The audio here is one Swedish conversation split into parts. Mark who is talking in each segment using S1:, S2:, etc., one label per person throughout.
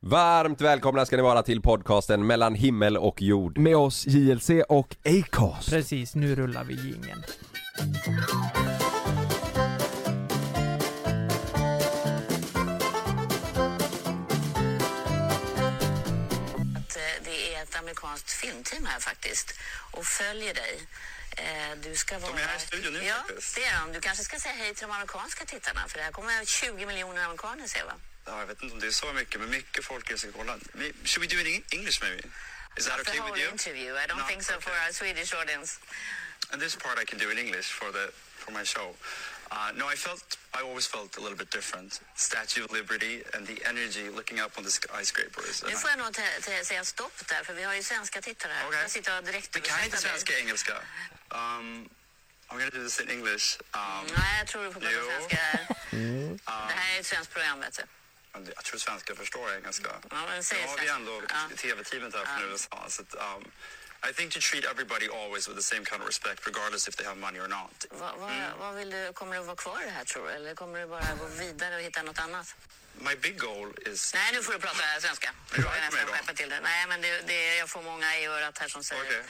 S1: Varmt välkomna ska ni vara till podcasten mellan himmel och jord.
S2: Med oss JLC och Acast.
S3: Precis, nu rullar vi jingeln.
S4: att eh, det är ett amerikanskt filmteam här faktiskt och följer dig. Eh, Du ska vara...
S5: är här i studion nu
S4: Ja,
S5: faktiskt.
S4: det är de. Du kanske ska säga hej till de amerikanska tittarna för det här kommer 20 miljoner amerikaner se va?
S5: Ja, jag vet inte om det är så mycket, men mycket folk älskar att kolla. May- Should we do it in English maybe? Is that
S4: That's
S5: okay
S4: the whole
S5: with you?
S4: interview. I don't
S5: No,
S4: think so for
S5: okay.
S4: our Swedish audience.
S5: And this part I can do in English for the for my show. Uh, no, I felt I always felt a little bit different. Statue of Liberty and the energy looking up on the skyscrapers. And
S4: Nu
S5: I-
S4: får jag nog te- te- säga stopp där för vi har ju svenska tittare här.
S5: Okej.
S4: Jag sitter och
S5: Det kan inte
S4: direktöversätter
S5: svenska, engelska. Um, I'm gonna do this in English. Um,
S4: Nej, jag tror du får prata
S5: Jo. Mm.
S4: svenska här. Det här är ett svenskt program vet du.
S5: men det- jag tror svenska förstår engelska.
S4: Ja, men säg
S5: Nu har vi
S4: svenska.
S5: ändå
S4: Ja.
S5: tv-teamet här från USA. Så att, um, I think to treat everybody always with the same kind of respect regardless if they have money or not.
S4: Vad, vad,
S5: Mm.
S4: vad vill du, kommer du att vara kvar i det här tror du? Eller kommer du bara gå vidare och hitta något annat?
S5: My big goal is...
S4: Nej, nu får du prata svenska. Nu får jag
S5: Right,
S4: nästan
S5: madam.
S4: skärpa till det. Nej, men det, det, jag får många i örat här som säger
S5: Okej.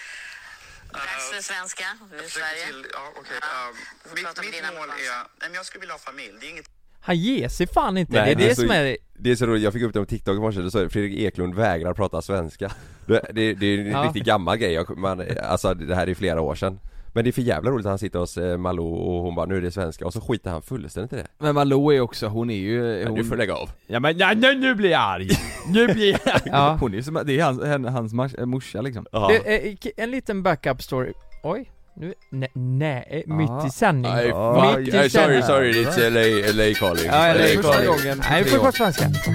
S4: dags för
S5: Eh,
S4: svenska. Du är i
S5: försöker
S4: Sverige.
S5: till- Ja, okej.
S4: Ja,
S5: um,
S4: du får prata
S5: mitt
S4: med
S5: mitt
S4: dina
S5: mål är...
S4: amerikanska.
S5: Nej, men jag skulle vilja ha familj. Det är inget
S3: Han ger sig fan inte, det är det
S1: så,
S3: som är...
S1: det är så roligt, jag fick upp det på TikTok i morse, då står det Fredrik Eklund vägrar prata svenska Det, det, det är en
S3: Ja.
S1: riktigt gammal grej, jag, man, alltså det här är flera år sedan Men det är för jävla roligt att han sitter hos eh, Malou och hon bara 'Nu är det svenska' och så skiter han fullständigt i det
S2: Men Malou är också, hon är ju...
S1: Men
S2: Hon,
S1: Du får lägga av
S6: Ja men ja, nu, nu blir jag arg! Nu blir jag arg!
S3: Ja.
S2: hon är ju som, det är hans, henne- hans mars,
S6: eh,
S2: äh, morsa liksom.
S1: Ja.
S3: Det, eh, k- en liten backup story. Oj, nu... Nej, nej eh, mitt
S2: Ja.
S3: i sändning.
S1: Nej,
S2: Ja.
S1: fuck.
S3: Mitt i
S1: Nej, sorry,
S3: sändningen.
S1: sorry, it's LA, LA calling
S3: eller
S1: LA
S3: första
S1: calling.
S2: gången på
S3: Nej, vi
S2: tre
S3: får
S2: år.
S3: prata svenska.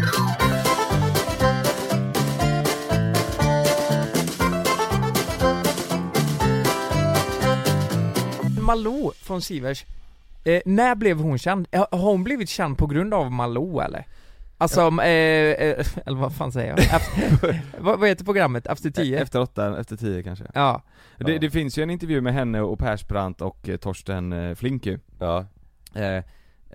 S3: Malou från Sivers, eh, när blev hon känd? Eh, Har hon blivit känd på grund av Malou eller? Alltså, eh, eh, eller vad fan säger jag? Efter, vad, vad heter programmet? Efter tio?
S2: Efter åtta, efter tio kanske.
S3: ja.
S1: Ja.
S6: Det, det finns ju en intervju med henne och Persbrandt och eh, Torsten eh, Flink ju,
S1: Ja,
S6: eh,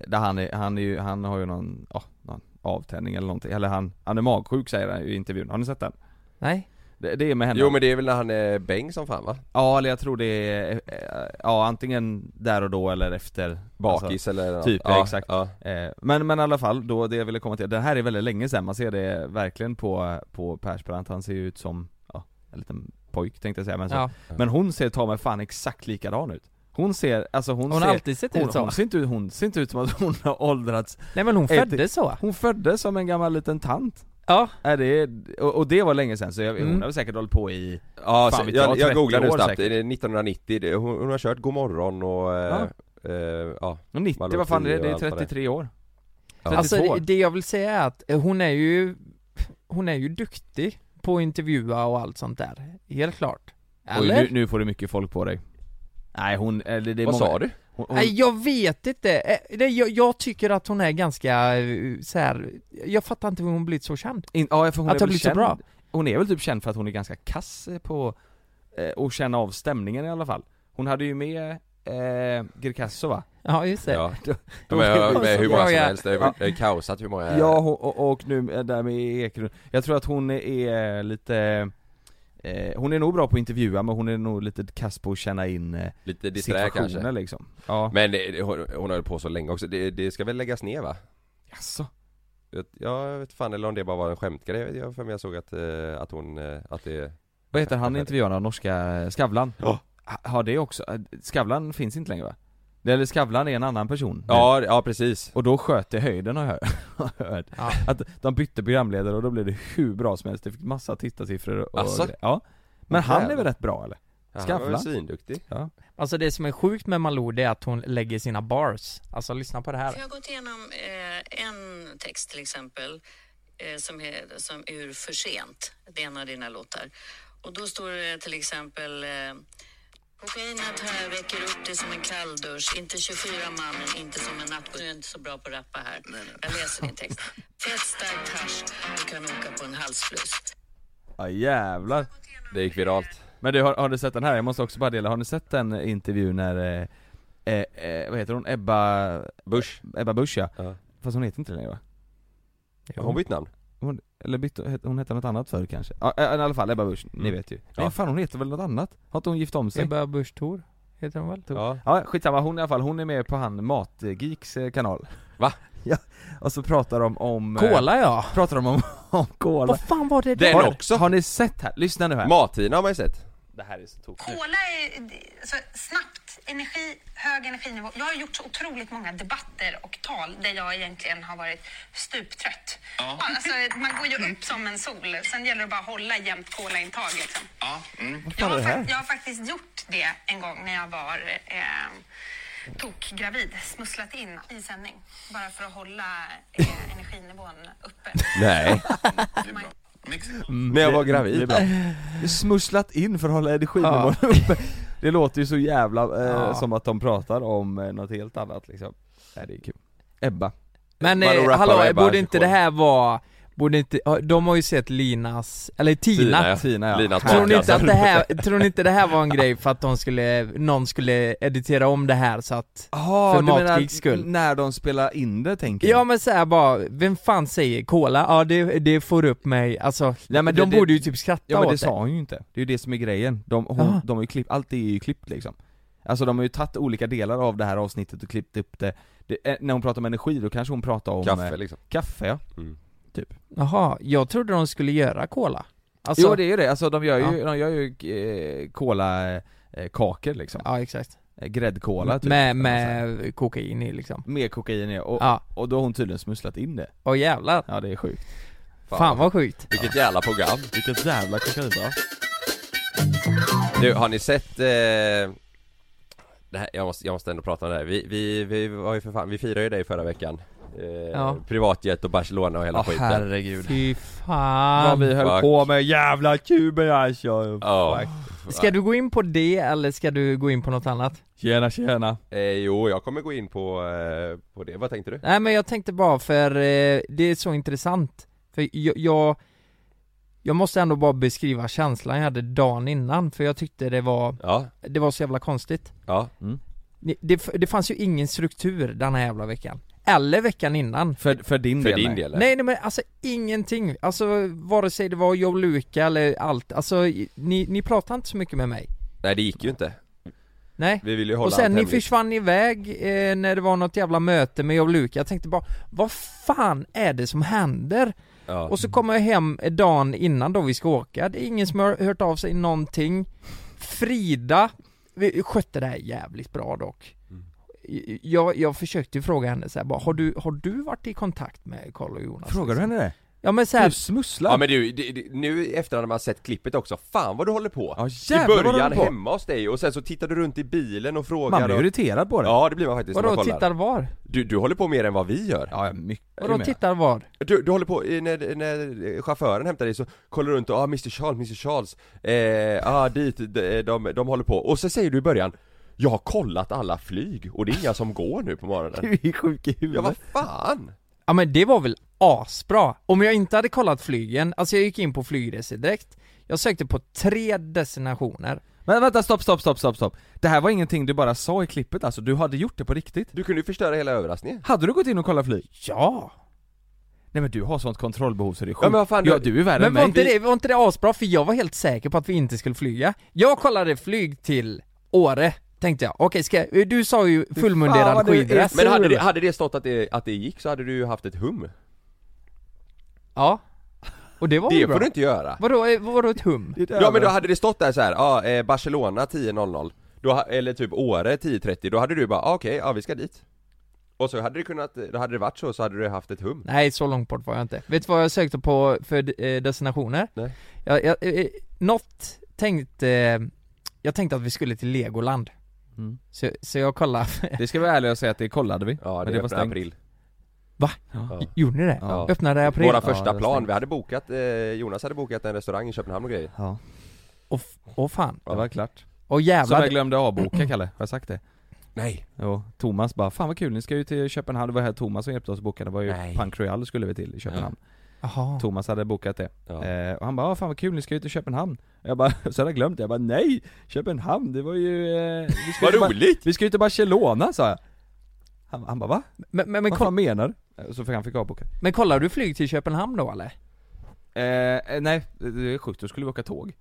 S6: Där han är, han är ju, han har ju någon, ja, någon avtändning eller någonting, eller han, han är magsjuk säger han ju i intervjun, har ni sett den?
S3: Nej?
S6: Det, det är med henne
S1: jo men det är väl när han är bäng som fan va?
S6: Ja eller jag tror det är, eh, ja antingen där och då eller efter
S1: Bakis
S6: Alltså,
S1: eller något.
S6: typ,
S1: ja,
S6: exakt.
S1: ja.
S6: eh, men, men i alla fall, då det jag ville komma till, det här är väldigt länge sedan, man ser det verkligen på, på Persbrandt, han ser ju ut som, ja, en liten pojk tänkte jag säga men så,
S3: Ja.
S6: Men Alltså, hon ser ta mig fan exakt likadan ut Hon ser, alltså hon,
S3: Hon, har
S6: ser
S3: alltid sett
S6: hon,
S3: ut så.
S6: hon, ser inte, ut- hon ser inte ut som att hon har åldrats
S3: Nej men hon
S6: Ett-
S3: föddes så.
S6: Hon föddes som en gammal liten tant
S3: Ja.
S6: är det, och, och det var länge sedan så jag,
S3: Mm.
S6: hon har säkert hållit på i eh,
S1: Ja,
S6: Fan,
S1: så-
S6: vet
S1: jag,
S6: jag,
S1: jag
S6: 30
S1: googlar nu
S6: år
S1: snabbt,
S6: säkert.
S1: Det är 1990, Det- hon, hon har kört Godmorgon och... Eh, ja. Eh, ja.
S6: 90,
S1: Malou
S6: vad fan är det?
S1: Fri och
S6: Det är
S1: allt vad det är.
S6: 33 år
S1: Ja.
S3: Alltså
S6: 32
S3: det, det jag vill säga är att eh, hon är ju Hon är ju duktig på att intervjua och allt sånt där, helt klart
S6: Oj,
S3: Eller?
S6: nu, nu får du mycket folk på dig Nej hon, eller det är
S1: Vad
S6: många,
S1: sa du?
S6: Hon, hon,
S3: Nej jag vet inte, Eh, det, jag, jag tycker att hon är ganska eh, så här. Jag fattar inte hur hon blivit så känd
S6: in, ja, för hon
S3: Att
S6: är
S3: det har
S6: väl
S3: blivit så
S6: känd,
S3: bra.
S6: Hon är väl typ känd för att hon är ganska kass på eh, och känna av stämningen i alla fall Hon hade ju med eh, Greekazo va?
S3: Ja just det,
S1: Ja. De är med hur många som
S3: Ja, ja.
S1: helst, det är- det är kaosat hur många
S6: Ja, hon- och, och nu är där med Ekelund. Jag tror att hon är lite eh, hon är nog bra på att intervjua men hon är nog lite kass på att känna in eh,
S1: lite disträ
S6: situationer
S1: kanske
S6: liksom Ja,
S1: Men det, det- hon, hon har hållit på så länge också, det, det ska väl läggas ner va?
S6: Jaså?
S1: Jag, jag vet fan eller om det bara var en skämtgrej, Jag- jag för mig jag såg att, eh, att hon, eh, att det...
S6: Vad heter han intervjuaren av norska eh, Skavlan?
S1: Ja.
S6: Ha- Har det också? Eh, Skavlan finns inte längre va? Det- Eller Skavlan är en annan person
S1: Ja, ja precis
S6: Och då sköt det höjden har jag hör- hört.
S3: Ja.
S6: Att de bytte programledare och då blev det hur bra som helst, det fick massa tittarsiffror och
S1: Asså?
S6: Ja Men han är
S1: Jävlar.
S6: väl rätt bra eller?
S1: Ja, Han var
S6: Skavlan.
S1: väl svinduktig
S3: alltså det som är sjukt med Malou det är att hon lägger sina bars Alltså lyssna på det
S4: För
S3: här
S4: Jag har gått igenom eh, en text till exempel eh, som, är, som ur För sent. Det är en av dina låtar. Och då står det till exempel eh, Kokainet här väcker upp dig som en kalldusch. Inte 24 mannen, inte som en natt. Du är inte så bra på att rappa här. Jag läser din text. Fett starkt hasch. Du kan åka på en halsfluss.
S6: Ja jävlar
S1: Det gick viralt
S6: Men du, har, har du sett den här? Jag måste också bara dela, har ni sett den intervjun när eh, eh, eh, vad heter hon? Ebba...
S1: Bush
S6: Ebba Busch ja.
S1: Ja.
S6: Fast hon heter inte det längre va?
S1: Har hon bytt namn?
S6: hon, eller bytte, het- hon hette något annat förr kanske? Ja, eh, i alla fall Ebba Busch, ni
S1: Mm.
S6: vet ju
S1: Ja.
S6: Nej fan hon heter väl något annat? Har inte hon gift om sig?
S3: Ebba Busch Thor heter hon väl?
S1: Ja.
S6: Ja, skitsamma, hon i alla fall, hon är med på han Matgeeks eh, kanal
S1: Va?
S6: Ja, och så pratar de om... eh,
S3: Kola ja!
S6: Pratar de om, om kola
S3: Vad fan var det
S1: Den
S3: där?
S1: också!
S6: Har ni sett här? Lyssna nu här
S1: Matina har man ju sett.
S6: Det här är så tokigt
S7: Kola är så snabbt, energi, hög energinivå. Jag har gjort så otroligt många debatter och tal där jag egentligen har varit stuptrött. Ja. Alltså, man går ju upp som en sol. Sen gäller det bara att hålla jämnt kolaintag. Liksom.
S5: Ja, mm.
S7: Jag, har fakt- jag har faktiskt gjort det en gång när jag var eh, tokgravid. Smusslat in i sändning bara för att hålla eh, energinivån uppe.
S1: Nej,
S5: det är bra. Mexiko.
S6: Mm,
S1: när jag var gravid.
S6: Smusslat in för att hålla energinivån uppe Det låter ju så jävla, eh, som att de pratar om eh, något helt annat liksom Nej det är kul Ebba
S3: Men
S1: Bara
S3: eh,
S1: rappa och
S3: hallå,
S1: Ebba
S3: borde inte det
S1: Busch.
S3: här vara, borde inte, de har ju sett Linas, eller Tina,
S1: Tina,
S6: Tina, ja.
S1: Linas
S3: Tror ni, inte
S1: matkasse.
S3: att det här, tror ni inte det här var en grej för att de skulle, någon skulle editera om det här så att
S6: Jaha,
S3: För
S6: du menar
S3: Matgeeks skull.
S6: när de spelar in det tänker
S3: Ja men såhär bara, vem fan säger kola? Ja det, det får upp mig, alltså
S6: Nej, men
S3: de
S6: det- det-
S3: borde ju typ skratta
S6: Ja men det
S3: åt
S6: sa hon ju inte, det är ju det som är grejen. De,
S3: Jaha.
S6: hon, de har ju klippt, allt är ju klippt liksom Alltså de har ju tagit olika delar av det här avsnittet och klippt upp det, det eh, När hon pratar om energi då kanske hon pratar om
S1: Kaffe
S6: eh,
S1: liksom.
S6: kaffe ja.
S3: Jaha, jag trodde de skulle göra kola alltså,
S6: Jo det är ju det, alltså de gör ju, de gör ju eh, kola, eh, kakor liksom,
S3: Ja exakt,
S6: Eh, gräddkola typ
S3: med,
S6: kan man säga.
S3: med kokain i liksom
S6: Med kokain ja, och,
S3: Ja,
S6: och då har hon tydligen smusslat in det
S3: åh jävlar,
S6: Ja det är sjukt
S1: Fan.
S3: fan vad sjukt
S1: Vilket jävla program.
S6: Vilket jävla kokain va?
S1: Du, har ni sett eh, det här, jag, måste, jag måste ändå prata om det här. Vi, vi, vi var ju för fan, vi firade ju dig förra veckan eh,
S3: Ja.
S1: Privatjet och Barcelona och hela
S6: Ja
S1: skiten
S6: herregud
S3: Fy
S6: Vad
S3: fan
S6: vi höll
S1: fuck.
S6: på med, jävla kuber alltså!
S1: Ja,
S3: Ska du gå in på det eller ska du gå in på något annat?
S6: Tjena tjena!
S1: eh, jo jag kommer gå in på, eh, på det, vad tänkte du?
S3: Nej men jag tänkte bara för eh, det är så intressant För jag, jag Jag måste ändå bara beskriva känslan jag hade dagen innan för jag tyckte det var
S1: Ja,
S3: Det var så jävla konstigt
S1: ja,
S3: Ni- Det, f- det fanns ju ingen struktur den här jävla veckan Eller veckan innan
S6: För, för din
S1: för
S6: del
S1: din
S6: nej.
S1: del
S3: Nej nej men alltså ingenting, alltså vare sig det var Joe Luca eller allt, alltså i- ni, ni pratade inte så mycket med mig
S1: Nej det gick ju inte,
S3: Nej
S1: vi ville ju hålla
S3: Och sen
S1: allt
S3: ni
S1: hemligt.
S3: försvann iväg eh, när det var något jävla möte med Joe Luca, jag tänkte bara Vad fan är det som händer?
S1: ja.
S3: Och så kommer jag hem dagen innan då vi ska åka, det är ingen som har hört av sig någonting Frida vi skötte det här jävligt bra dock
S6: Mm.
S3: jag, jag försökte ju fråga henne så här, bara, har du, har du varit i kontakt med Karl och Jonas?
S6: Frågar du henne det?
S3: Ja men
S6: Du
S3: såhär,
S6: smusslar?
S1: Ja men du, det, det, nu i efterhand när man sett klippet också, fan vad du håller på!
S6: Ja,
S1: I
S6: jävlar vad du
S1: början
S6: håller på.
S1: hemma hos dig och sen så tittar du runt i bilen och frågar
S6: man blir
S1: och...
S6: irriterad på det
S1: Ja det blir man faktiskt när
S3: vadå
S1: man kollar.
S3: tittar var?
S1: Du, du håller på mer än vad vi gör
S6: ja mycket
S3: Vadå
S6: mer.
S3: tittar var?
S1: Du, du håller på, eh, när, när chauffören hämtar dig så kollar du runt och ah, Mr Charles, Mr Charles, eh, ah dit, de, de, de håller på. Och så säger du i början Jag har kollat alla flyg och det är inga som går nu på morgonen.
S6: Du är sjuk i
S1: Ja vad
S6: huvudet
S1: fan!
S3: Ja men det var väl asbra! Om jag inte hade kollat flygen, alltså jag gick in på flygresedräkt Jag sökte på tre destinationer
S6: Men vänta, stopp, stopp, stopp, stopp, stopp Det här var ingenting du bara sa i klippet alltså, du hade gjort det på riktigt
S1: Du kunde ju förstöra hela överraskningen.
S6: Hade du gått in och kollat flyg?
S3: Ja!
S6: Nej men du har sånt kontrollbehov så det är sjukt
S1: Ja, men vad fan,
S6: ja
S1: du-
S6: du är värre
S3: Men
S6: än
S3: var
S6: mig
S3: inte, det, var inte det asbra? För jag var helt säker på att vi inte skulle flyga Jag kollade flyg till Åre, tänkte jag. Okej, ska, du sa ju
S6: fan
S3: fullmunderad
S6: vad du är
S3: skivrest
S1: Men hade det, hade det stått att det, att det gick så hade du ju haft ett hum.
S3: Ja Och det var
S1: Det
S3: väl
S1: får
S3: bra?
S1: du inte göra.
S3: Vadå, eh, vadå ett hum?
S6: Det är
S1: Ja men då
S6: över.
S1: hade det stått där så här, ah, eh, Barcelona 10.00, då, ha- eller typ Åre 10.30, då hade du bara ah, okej, ja vi ska dit. Och så hade det kunnat, då hade det varit så, så hade du haft ett hum.
S3: Nej, så långt bort var jag inte. Vet du vad jag sökte på för eh, destinationer?
S1: Nej.
S3: Jag, jag, eh, något tänkte, eh, jag tänkte att vi skulle till Legoland.
S6: Mm.
S3: Så, så jag kollade,
S6: Det ska vi vara ärliga och säga att det kollade vi
S1: Ja, det,
S6: Men det var
S1: öppnar
S6: stängt.
S1: april.
S3: Va?
S1: Ja.
S3: gjorde ni det?
S1: Ja.
S3: Öppnade i april?
S1: Våra
S3: Våra...
S1: första
S6: det var
S1: plan,
S6: snyggt.
S1: vi hade bokat, eh, Jonas hade bokat en restaurang i Köpenhamn och grejer
S6: Ja,
S3: Åh f- åh fan,
S6: det var klart
S3: åh
S6: Som
S3: jävlar.
S6: jag glömde avboka Kalle, har jag sagt det?
S1: Nej!
S6: Jo, Thomas bara 'Fan vad kul, ni ska ju till Köpenhamn' Det var här Thomas som hjälpte oss att boka, det var ju
S1: Nej.
S6: Punk Royal skulle vi till i Köpenhamn
S3: Jaha.
S6: Thomas hade bokat det
S1: Ja.
S6: Eh, och han bara "Ah, 'Fan vad kul, ni ska ju till Köpenhamn' Jag bara, så hade jag glömt det, jag bara 'Nej! Köpenhamn, det var ju... Eh, vi ska
S1: Vad
S6: ju till Bar-
S1: roligt!
S6: Vi ska ju till Barcelona' sa jag Han, han bara 'Va?
S3: Men, men, men,
S6: vad
S3: koll,
S6: fan menar du?' Eh, Så fick han fick avboka
S3: men kollar du flyg till Köpenhamn då eller?
S6: Eh, nej, det är sjukt, då skulle vi åka tåg.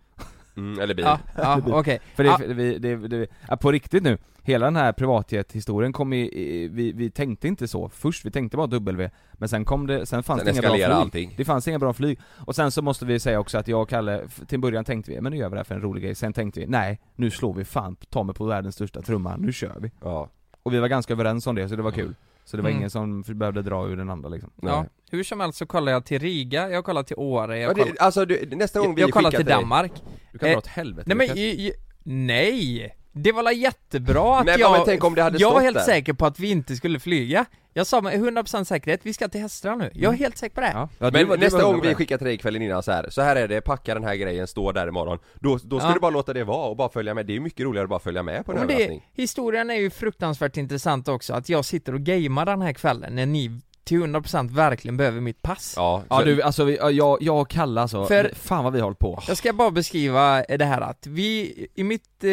S1: Mm, eller bil.
S3: Ja, ja okej.
S6: För det,
S1: Ah.
S3: Ja.
S6: vi, det, det, ja, på riktigt nu, hela den här privatjet-historien kom i, i vi, vi tänkte inte så först, vi tänkte bara W, men sen kom det, sen fanns
S1: Sen
S6: det inga bra flyg.
S1: eskalerar allting.
S6: Det fanns inga bra flyg. Och sen så måste vi säga också att jag och Kalle, f- till början tänkte vi, men nu gör vi det här för en rolig grej, sen tänkte vi, nej, nu slår vi fan ta mig på världens största trumma, nu kör vi.
S1: Ja.
S6: Och vi var ganska överens om det, så det var kul. Så det var
S3: Mm.
S6: ingen som f- behövde dra ur den andra liksom.
S3: Ja, hur som helst så kollar jag till Riga, jag kollar till Åre,
S1: Ja,
S3: jag kollar,
S1: det, alltså du, nästa gång
S3: jag,
S1: vi
S3: jag kollar
S1: skickar
S3: till
S1: dig-
S3: Danmark
S6: Du kan
S3: Eh,
S6: dra åt helvete.
S3: Nej men, ju, ju, nej! Det var väl jättebra att
S1: Nej, men-
S3: jag...
S1: men tänk om det hade
S3: jag var
S1: stått
S3: helt
S1: där.
S3: säker på att vi inte skulle flyga Jag sa med 100% säkerhet, vi ska till Hästra nu, jag
S1: Mm.
S3: är helt säker på det
S6: Ja. Ja, du
S1: Men
S6: var- du
S1: nästa
S6: var
S1: gång
S6: hundra på
S1: vi
S6: det.
S1: skickar till dig kvällen innan så här, så här är det, packa den här grejen, stå där imorgon Då, då ska
S3: Ja.
S1: du bara låta det vara och bara följa med, det är mycket roligare att bara följa med på en
S3: Men det,
S1: överraskning
S3: historien är ju fruktansvärt intressant också, att jag sitter och gamear den här kvällen när ni till 100% verkligen behöver mitt pass
S1: Ja,
S6: Ja
S1: så-
S6: du, alltså vi, ja, jag, jag och Kalle alltså,
S3: För-
S6: fan vad vi har hållit på.
S3: Jag ska bara beskriva eh, det här att vi, i mitt, eh,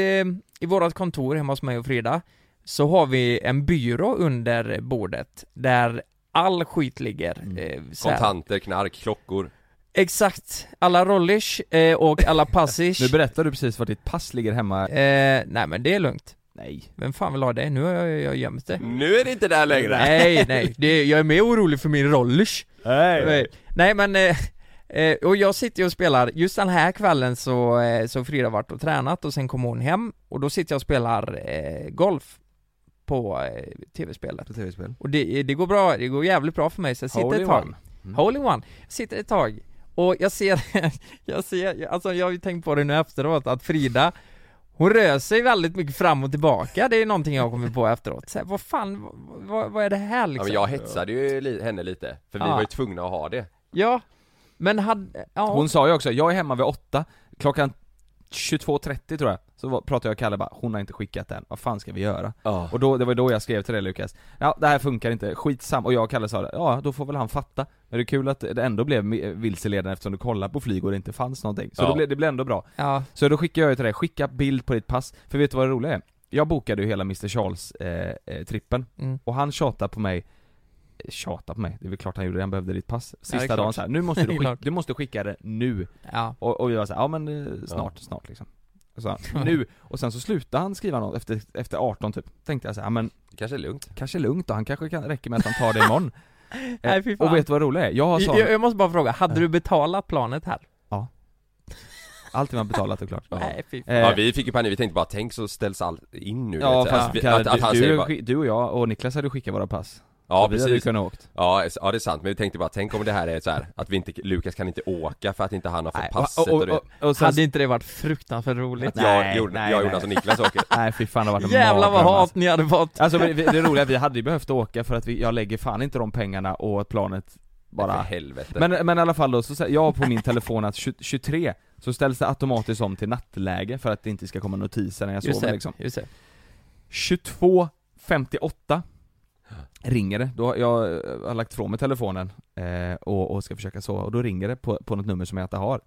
S3: i vårat kontor hemma hos mig och Frida Så har vi en byrå under bordet där all skit ligger eh, så här.
S1: kontanter, knark, klockor
S3: Exakt, alla rollish eh, och alla passish
S6: Nu berättar du precis var ditt pass ligger hemma.
S3: eh, Nej men det är lugnt,
S6: Nej.
S3: vem fan vill ha det? Nu har jag, jag gömt det
S1: Nu är det inte där längre!
S3: Nej nej, det, jag är mer orolig för min rollish Nej,
S6: Nej.
S3: nej men, eh, eh, och jag sitter ju och spelar, just den här kvällen så, eh, så har Frida varit och tränat och sen kom hon hem och då sitter jag och spelar eh, golf på eh, tv-spelet.
S6: På tv-spel.
S3: Och det, det går bra, det går jävligt bra för mig så jag sitter ett tag.
S6: Mm.
S3: Hole in one. Jag sitter ett tag och jag ser, jag ser, alltså jag har ju tänkt på det nu efteråt att Frida hon rör sig väldigt mycket fram och tillbaka, det är någonting jag har kommit på efteråt. Så här, vad fan, vad, vad, vad är det här
S1: Ja,
S3: liksom?
S1: men jag hetsade ju li- henne lite, för vi
S3: Ja.
S1: var ju tvungna att ha det
S3: Ja, men hade, ja.
S6: Hon sa ju också, jag är hemma vid åtta, klockan 22.30 tror jag, så var- pratade jag och Kalle bara, hon har inte skickat den, vad fan ska vi göra?
S1: Ja,
S6: Och då, det var då jag skrev till dig Lukas, ja det här funkar inte, skitsam, och jag och Kalle sa det, ja då får väl han fatta. Men det är kul att det ändå blev mi- vilseledande eftersom du kollade på flyg och det inte fanns någonting, så
S1: Ja.
S6: då blev, det blev ändå bra.
S3: ja.
S6: Så då skickade jag ju till dig, skicka bild på ditt pass, för vet du vad det roliga är? Jag bokade ju hela Mr Charles-trippen, eh, trippen.
S3: Mm.
S6: och han tjatar på mig Tjata på mig, det är väl klart han gjorde, han behövde ditt pass
S3: Ja,
S6: Sista
S3: det är klart.
S6: dagen så här, nu måste
S3: Det
S6: du
S3: är
S6: skicka,
S3: klart.
S6: du måste skicka det nu
S3: Ja,
S6: Och, och vi var såhär, ja men eh, snart, snart liksom Och så han, nu, och sen så slutade han skriva något efter, efter 18 typ Tänkte jag såhär, ja men
S1: kanske är lugnt
S6: kanske lugnt då, han kanske kan, räcker med att han tar det imorgon Eh,
S3: Nej, fy fan.
S6: Och vet du vad roligt är? Jag har
S3: jag,
S6: sån,
S3: jag måste bara fråga, hade du betalat planet här?
S6: allting man betalat och klart
S3: Nej fy fan.
S6: Eh,
S1: Ja vi fick ju panik, vi tänkte bara tänk så ställs allt in nu
S6: Ja
S1: vet jag.
S6: fast
S1: Att vi-
S6: Kalle,
S1: att, att han
S6: du,
S1: säger
S6: du,
S1: bara,
S6: skick- du och jag och Niklas hade skickat våra pass
S1: Ja
S6: Så vi hade ju
S1: precis,
S6: kunnat åkt
S1: ja, s- ja det är sant men vi tänkte bara tänk om det här är så här att vi inte, Lukas kan inte åka för att inte han har fått
S6: Nej,
S1: passet
S6: och, och,
S1: du
S6: och,
S1: vet.
S6: och, sen,
S3: hade inte det varit fruktansvärt roligt?
S1: Att jag,
S6: Nej,
S1: Jon-
S6: nej,
S1: jag
S6: nej.
S1: Jonas och Niklas åker
S6: nej fy fan det har varit en
S3: Jävlar vad
S6: mardröm, alltså.
S3: hat ni hade fått!
S6: Alltså men det, det roliga är att vi hade ju behövt åka för att vi, jag lägger fan inte de pengarna och att planet
S1: För
S6: bara
S1: helvete
S6: men, men i alla fall då, så, sä- jag har på min telefon att 20, 23 så ställs det automatiskt om till nattläge för att det inte ska komma notiser när jag
S3: Just
S6: sover
S3: det,
S6: liksom
S3: just det.
S6: 22.58 ringer det, då har jag, eh, har lagt ifrån mig telefonen eh, och, och ska försöka sova och då ringer det på, på något nummer som jag inte har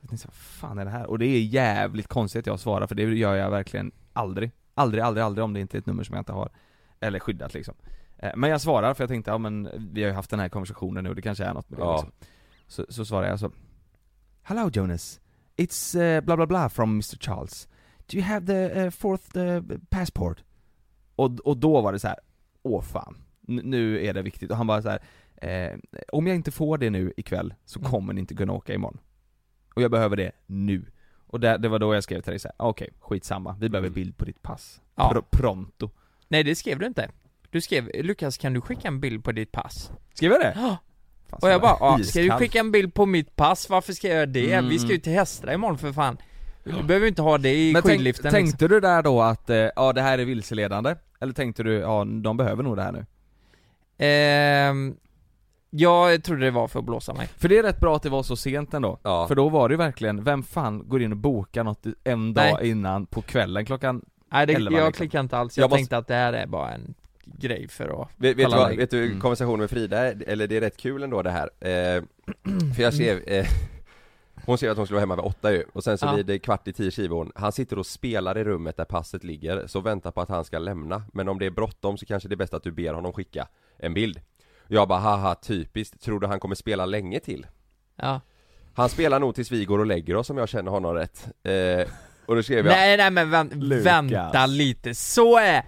S6: Jag tänkte, vad fan är det här? Och det är jävligt konstigt att jag svarar för det gör jag verkligen aldrig Aldrig, aldrig, aldrig om det inte är ett nummer som jag inte har Eller skyddat liksom Eh, Men jag svarar för jag tänkte, ja men vi har ju haft den här konversationen nu och det kanske är något med det
S1: Ja.
S6: liksom. så, så svarar jag så Hello Jonas, it's uh, bla bla bla from Mr Charles Do you have the eh, fourth eh, passport? Och, och då var det så här, åh fan, n- nu är det viktigt. Och han bara så här, eh, om jag inte får det nu ikväll så
S3: Mm.
S6: kommer ni inte kunna åka imorgon. Och jag behöver det nu. Och där, det var då jag skrev till dig så här, "Ah, okej, skitsamma, vi behöver bild på ditt pass.
S3: Mm. Ja.
S6: Pro- pronto.
S3: Nej det skrev du inte. Du skrev 'Lukas kan du skicka en bild på ditt pass?'
S6: Skrev jag det?
S3: Ja.
S6: Fan,
S3: Och jag bara
S6: så
S3: ah,
S6: var
S3: 'Ska du
S6: Eh, alltså, iskall.
S3: skicka en bild på mitt pass? Varför ska jag göra det?
S6: Mm.
S3: Vi ska ju till Hästra imorgon för fan' Du behöver ju inte ha det i
S6: Men tänk,
S3: skidliften liksom.
S6: tänkte du där då att, eh, ja det här är vilseledande? Eller tänkte du, ja de behöver nog det här nu?
S3: Ehm, Jag trodde det var för att blåsa mig.
S6: För det är rätt bra att det var så sent ändå.
S1: Ja.
S6: För då var det ju verkligen, vem fan går in och bokar något en dag
S3: Nej.
S6: innan på kvällen klockan
S3: Nej det,
S6: Elva,
S3: jag
S6: liksom.
S3: klickade inte alls, jag,
S1: Jag måste-
S3: tänkte att det här är bara en grej för att
S1: Vet, vet, du
S3: Kolla
S1: vad,
S3: mig.
S1: vet du,
S6: Mm.
S1: konversationen med Frida, eller det är rätt kul ändå det här eh, För jag skrev, eh, hon skrev att hon skulle vara hemma vid åtta ju, och sen så
S3: Ja.
S1: vid eh, kvart i tio skriver hon Han sitter och spelar i rummet där passet ligger, så väntar på att han ska lämna Men om det är bråttom så kanske det är bäst att du ber honom skicka en bild Jag bara haha typiskt, tror du han kommer spela länge till?
S3: Ja,
S1: Han spelar nog tills vi går och lägger oss om jag känner honom rätt. Eh, och då skrev jag,
S3: Nej nej men vänt,
S6: Lukas.
S3: vänta lite, så är...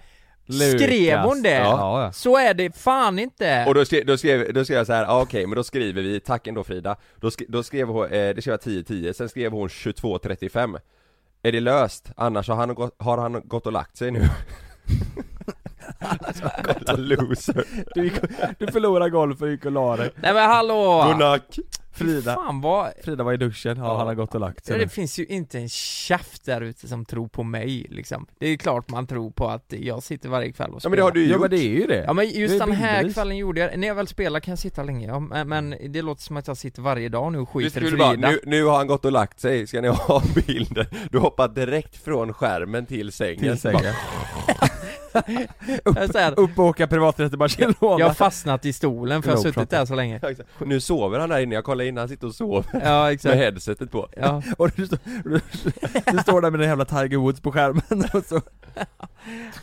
S3: Skrev hon det?
S6: Ja, ja.
S3: Så är det fan inte!
S1: och då skrev, då skrev, då skrev jag så här, ah, okej men då skriver vi, tack ändå Frida. Då, sk, då skrev hon, eh, det skrev jag 10-10, sen skrev hon 22-35. Är det löst? Annars har han, gått- har han gått och lagt sig nu. Jävla loser.
S6: Du, gick, du förlorade golf och gick och la dig.
S3: Nej men hallå!
S1: Godnack.
S6: Frida,
S3: Fan vad...
S6: Frida var i duschen, ja, han har gått och lagt
S3: Ja,
S6: sig.
S3: det
S6: nu.
S3: finns ju inte en tjaft där ute som tror på mig liksom. Det är klart man tror på att jag sitter varje kväll och
S1: Ja
S3: spelar.
S1: men det har du ju
S6: Ja
S1: gjort.
S6: men det är ju det.
S3: Ja men just
S6: Det är
S3: den här
S6: bildbevis.
S3: kvällen gjorde jag, när jag väl spelar kan jag sitta länge, ja, men, men det låter som att jag sitter varje dag nu och
S1: Du
S3: skiter i
S1: skulle
S3: Frida
S1: bara, nu, nu har han gått och lagt sig, ska ni ha bilden? Du hoppar direkt från skärmen till sängen.
S6: Till sängen.
S3: Jag, säger,
S6: Upp och åka privaträtt till Barcelona.
S3: jag har fastnat i stolen för jag har suttit där så länge
S1: Bara, nu sover han där inne, jag kollar in, han sitter och sover
S3: Ja
S1: med
S3: exakt,
S1: headsetet på.
S3: ja,
S6: Och du, står- du, du står där med den jävla Tiger Woods på skärmen och så.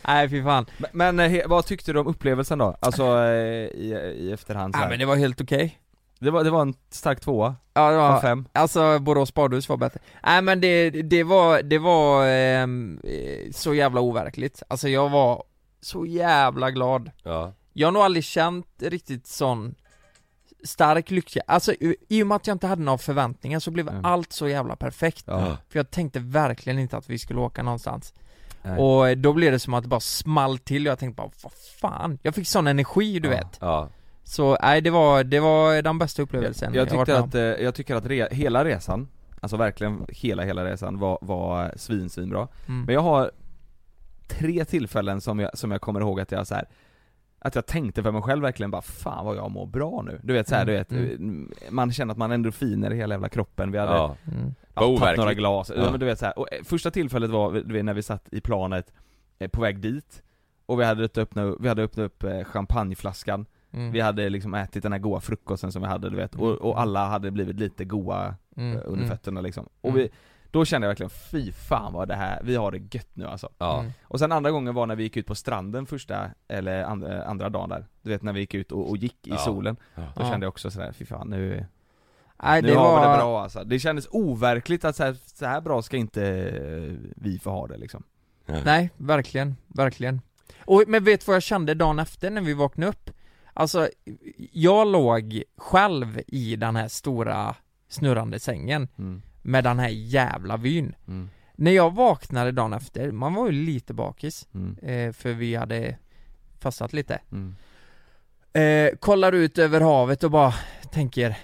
S3: nej fy fan
S6: Men eh, he, vad tyckte du om upplevelsen då? Alltså eh, i, i efterhand så
S3: Ja
S6: här.
S3: men det var helt okej
S6: det, var, det var en stark tvåa,
S3: Ja det
S6: av
S3: var,
S6: fem.
S3: alltså Borås badhus var bättre Nej men det, det var, det var ehm, eh, så jävla overkligt Alltså jag var så jävla glad
S1: Ja.
S3: Jag har nog aldrig känt riktigt sån stark lycka, alltså i i och med att jag inte hade några förväntningar så blev
S6: Mm.
S3: allt så jävla perfekt
S6: Ja.
S3: För jag tänkte verkligen inte att vi skulle åka någonstans
S6: Nej.
S3: Och eh, då blev det som att det bara small till och jag tänkte bara vad fan, jag fick sån energi du
S6: Ja.
S3: vet
S1: Ja.
S3: Så nej det var, det var den bästa upplevelsen
S6: Jag, jag,
S3: varit
S6: tyckte
S3: med
S6: att, eh, jag tycker att re, hela resan, alltså verkligen hela hela resan var, var eh, svin, svin bra.
S3: om. mm.
S6: Men jag har tre tillfällen som jag, som jag kommer ihåg att jag så här. Att jag tänkte för mig själv verkligen bara 'Fan vad jag mår bra nu' Du vet så här,
S3: Mm,
S6: du vet, eh, man känner att man har endorfiner i hela jävla kroppen, vi hade
S1: ja.
S3: Mm.
S1: Vad
S6: ja, tagit
S1: overkligt.
S6: några glas, ja.
S1: Ja.
S6: men du vet så här. Och eh, första tillfället var du vet, när vi satt i planet eh, på väg dit och vi hade öppnat, vi hade öppnat upp eh, champagneflaskan,
S3: Mm.
S6: vi hade liksom ätit den här goa frukosten som vi hade du vet,
S3: Mm.
S6: och, och alla hade blivit lite goa eh,
S3: Mm.
S6: under
S3: Mm.
S6: fötterna liksom.
S3: Mm.
S6: Och vi, då kände jag verkligen fy fan vad det här, vi har det gött nu alltså.
S3: Mm.
S1: Ja.
S6: Och sen andra gången var när vi gick ut på stranden första, eller andra, andra dagen där. Du vet när vi gick ut och, och gick i
S1: Ja.
S6: solen. Då
S3: Ja.
S6: kände jag också sådär, fy fan nu,
S3: Nej
S6: nu
S3: det
S6: har vi det
S3: var,
S6: bra alltså. Det kändes overkligt att så här, så här bra ska inte eh, vi få ha det liksom.
S3: nej verkligen, verkligen och, Men vet du vad jag kände dagen efter när vi vaknade upp? Alltså, jag låg själv i den här stora snurrande sängen
S6: Mm.
S3: med den här jävla vyn
S6: Mm.
S3: När jag vaknade dagen efter, man var ju lite bakis
S6: Mm.
S3: eh, För vi hade fastnat lite
S6: Mm.
S3: eh, Kollar ut över havet och bara tänker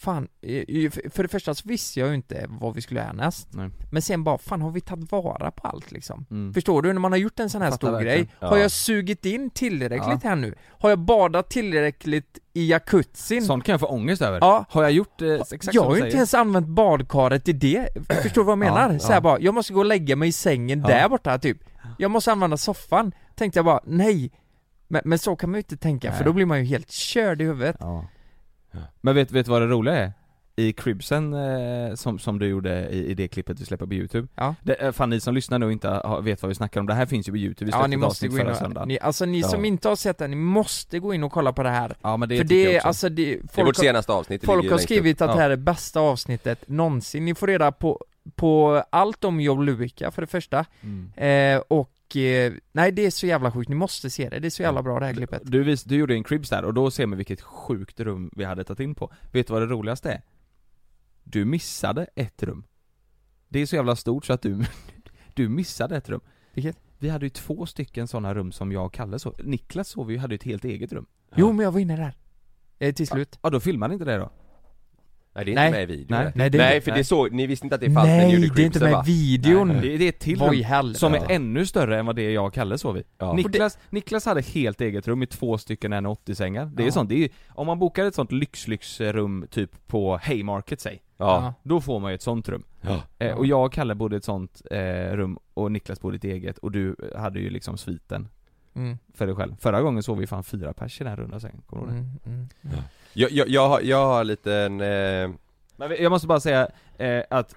S3: Fan, eh, ju- för- för det första så visste jag ju inte vad vi skulle göra näst
S6: Nej.
S3: Men sen bara, fan har vi tagit vara på allt liksom?
S6: Mm.
S3: Förstår du? När man har gjort en sån här
S6: Fattar
S3: stor
S6: verkligen.
S3: grej Har
S1: Ja.
S3: jag sugit in tillräckligt här nu? Har jag badat tillräckligt i jacuzzin?
S6: Sånt kan jag få ångest över.
S3: Ja.
S6: Har jag gjort eh, exakt
S3: jag
S6: som
S3: har
S6: du
S3: ju inte
S6: säger?
S3: ens använt badkaret till det, förstår du vad jag menar?
S6: Ja,
S3: så här
S6: ja.
S3: bara, jag måste gå och lägga mig i sängen
S6: Ja.
S3: där borta typ Jag måste använda soffan, tänkte jag bara, nej! Men, men så kan man ju inte tänka för
S6: Nej.
S3: då blir man ju helt körd i huvudet
S6: Ja. Men vet, vet du vad det roliga är? I cribsen eh, som, som du gjorde i, i det klippet vi släpper på youtube
S3: Ja.
S6: det, eh, Fan ni som lyssnar nu och inte har, vet vad vi snackar om, det här finns ju på youtube, vi släppte
S3: Ja ni
S6: ett
S3: måste
S6: avsnitt
S3: gå in
S6: förra söndagen
S3: och, ni, alltså ni
S6: Ja.
S3: som inte har sett det, ni måste gå in och kolla på det här
S6: Ja men det
S3: För
S6: tycker
S3: det,
S6: jag
S3: är
S6: också.
S3: alltså det,
S1: Det är vårt
S3: folk, har,
S1: senaste avsnitt. det ligger
S3: folk
S1: ju
S3: har
S1: längst upp.
S3: skrivit att
S6: Ja.
S3: det här är bästa avsnittet någonsin, ni får reda på, på allt om Joe Luica för det första
S6: Mm.
S3: eh, och, eh, nej det är så jävla sjukt, ni måste se det, det är så jävla bra det här klippet
S6: du, vis, du gjorde en cribs där och då ser man vilket sjukt rum vi hade tagit in på Vet du vad det roligaste är? Du missade ett rum Det är så jävla stort så att du, du missade ett rum
S3: Vilket?
S6: Vi hade ju två stycken sådana rum som jag och Kalle sov Niklas sov ju, hade ju ett helt eget rum
S3: Jo men jag var inne där, eh, till slut
S6: Ja då filmade inte det då?
S1: Nej det är inte
S3: Nej.
S1: med i videon.
S6: Nej.
S1: Nej,
S3: Nej, det är
S1: nej
S3: inte-
S1: för
S6: nej.
S1: det såg, ni visste inte att det fanns när ni
S3: Nej
S1: gjorde
S3: det är inte
S1: Cribsen,
S3: med
S1: va?
S3: videon!
S6: Det, det är ett till
S3: Vad i
S6: rum
S3: helvete
S6: som
S1: Ja.
S6: är ännu större än vad det är jag och Kalle sov i.
S1: Ja.
S6: Niklas, Niklas hade helt eget rum i två stycken 180 sängar. Det är
S3: Ja.
S6: sånt, det är, om man bokar ett sånt lyxlyxrum typ på Haymarket säg,
S1: Ja.
S6: då får man ju ett sånt rum.
S1: Ja.
S6: Eh, och jag och Kalle bodde i ett sånt eh, rum och Niklas bodde i ett eget och du hade ju liksom sviten
S3: Mm,
S6: för dig själv. Förra gången sov vi fan fyra pers i den här runda sängen, kommer du ihåg det?
S3: mm, mm.
S1: Jag, jag, jag, har, jag har en liten, eh,
S6: Men vi- jag måste bara säga eh, att,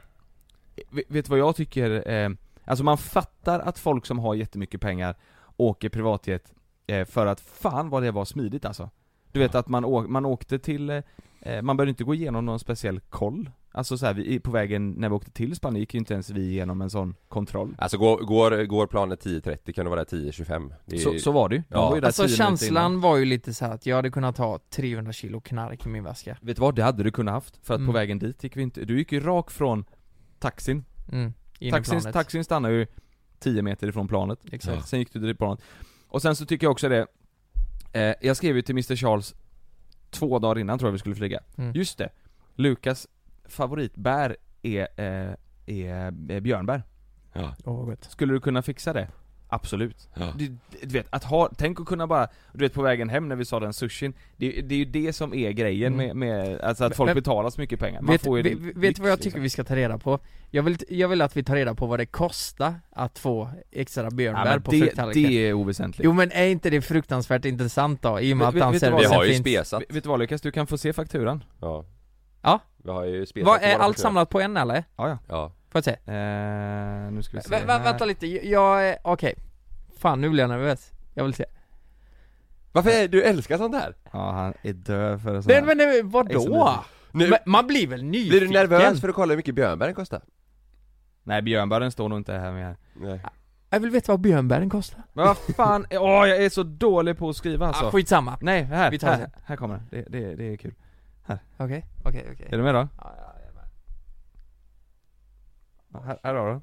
S6: v- vet du vad jag tycker? Eh, alltså man fattar att folk som har jättemycket pengar åker privatjet eh, för att fan vad det var smidigt alltså. Du vet att man, åk, man åkte till, eh, Eh, Man behöver inte gå igenom någon speciell koll. Alltså så här, vi, på vägen när vi åkte till Spanien gick ju inte ens vi igenom en sån kontroll.
S1: Alltså går, går, går planet 10.30 kan det vara där 10.25 Det är-
S6: Så, så var det ju. De
S1: Ja.
S6: var ju där
S3: Alltså
S6: 10 minuter innan.
S3: känslan var ju lite så här att jag hade kunnat ha 300 kilo knark i min väska
S6: Vet du vad? Det hade du kunnat haft. För att
S3: Mm.
S6: på vägen dit gick vi inte, du gick ju rakt från taxin.
S3: mm, in i
S6: Taxin,
S3: planet.
S6: taxin stannade ju 10 meter ifrån planet.
S3: Exakt.
S6: Sen gick du direkt på planet. Och sen så tycker jag också det, eh, jag skrev ju till Mr Charles två dagar innan tror jag vi skulle flyga.
S3: Mm.
S6: Just det, Lukas favoritbär är, eh, är eh, björnbär.
S3: Åh vad gott
S6: Skulle du kunna fixa det? Absolut.
S1: Ja.
S6: Du, du vet, att ha, tänk att kunna bara, du vet på vägen hem när vi sa den sushin, det, det är ju det som är grejen
S3: Mm.
S6: med, med alltså att folk
S3: Men-
S6: betalar så mycket pengar. Man
S3: Vet
S6: får ju
S3: vet- vet du vad jag tycker
S6: liksom.
S3: vi ska ta reda på? Jag vill, jag vill att vi tar reda på vad det kostar att få extra
S6: ja,
S3: björnbär
S6: men
S3: på
S6: det,
S3: frukttallriken
S6: det är oväsentligt.
S3: Jo men är inte det fruktansvärt intressant då? I och med
S6: Vet-
S3: att
S6: vet-
S3: han
S6: vet du
S3: säger
S6: vad?
S1: Vi
S3: att
S1: har
S3: det
S1: ju
S3: finns-
S1: spesat
S6: Vet du vad Lukas, du kan få se fakturan.
S1: Ja
S3: Ja.
S1: Vi har ju spesat
S3: Vad
S1: på
S3: är
S1: våra
S3: allt
S1: fakturor.
S3: samlat på en eller?
S6: Ja, ja.
S1: Ja
S3: Får jag se?
S6: Eh, nu ska vi se
S3: Vä- vä-
S6: här.
S3: vänta lite, jag, är- okej Fan nu blir jag nervös, jag vill se
S1: Varför är, du älskar sånt här?
S6: Ja, han är död för
S3: Nej men nej, vadå?
S6: Exakt.
S1: Nu,
S3: Men man blir väl nyfiken?
S1: blir du nervös för att kolla hur mycket björnbären kostar?
S6: Nej, björnbären står nog inte här med här.
S1: Nej
S3: Jag vill veta vad björnbären kostar
S6: Men vad fan, åh jag är så dålig på att skriva alltså.
S3: ah, Skitsamma,
S6: Nej, här,
S3: Vi tar
S6: här,
S3: det.
S6: här kommer det. Det, det, det är kul.
S3: okej, okej, okej
S6: Är du med då?
S3: Ja, ja, jag är med.
S6: Ja, Här, här har du.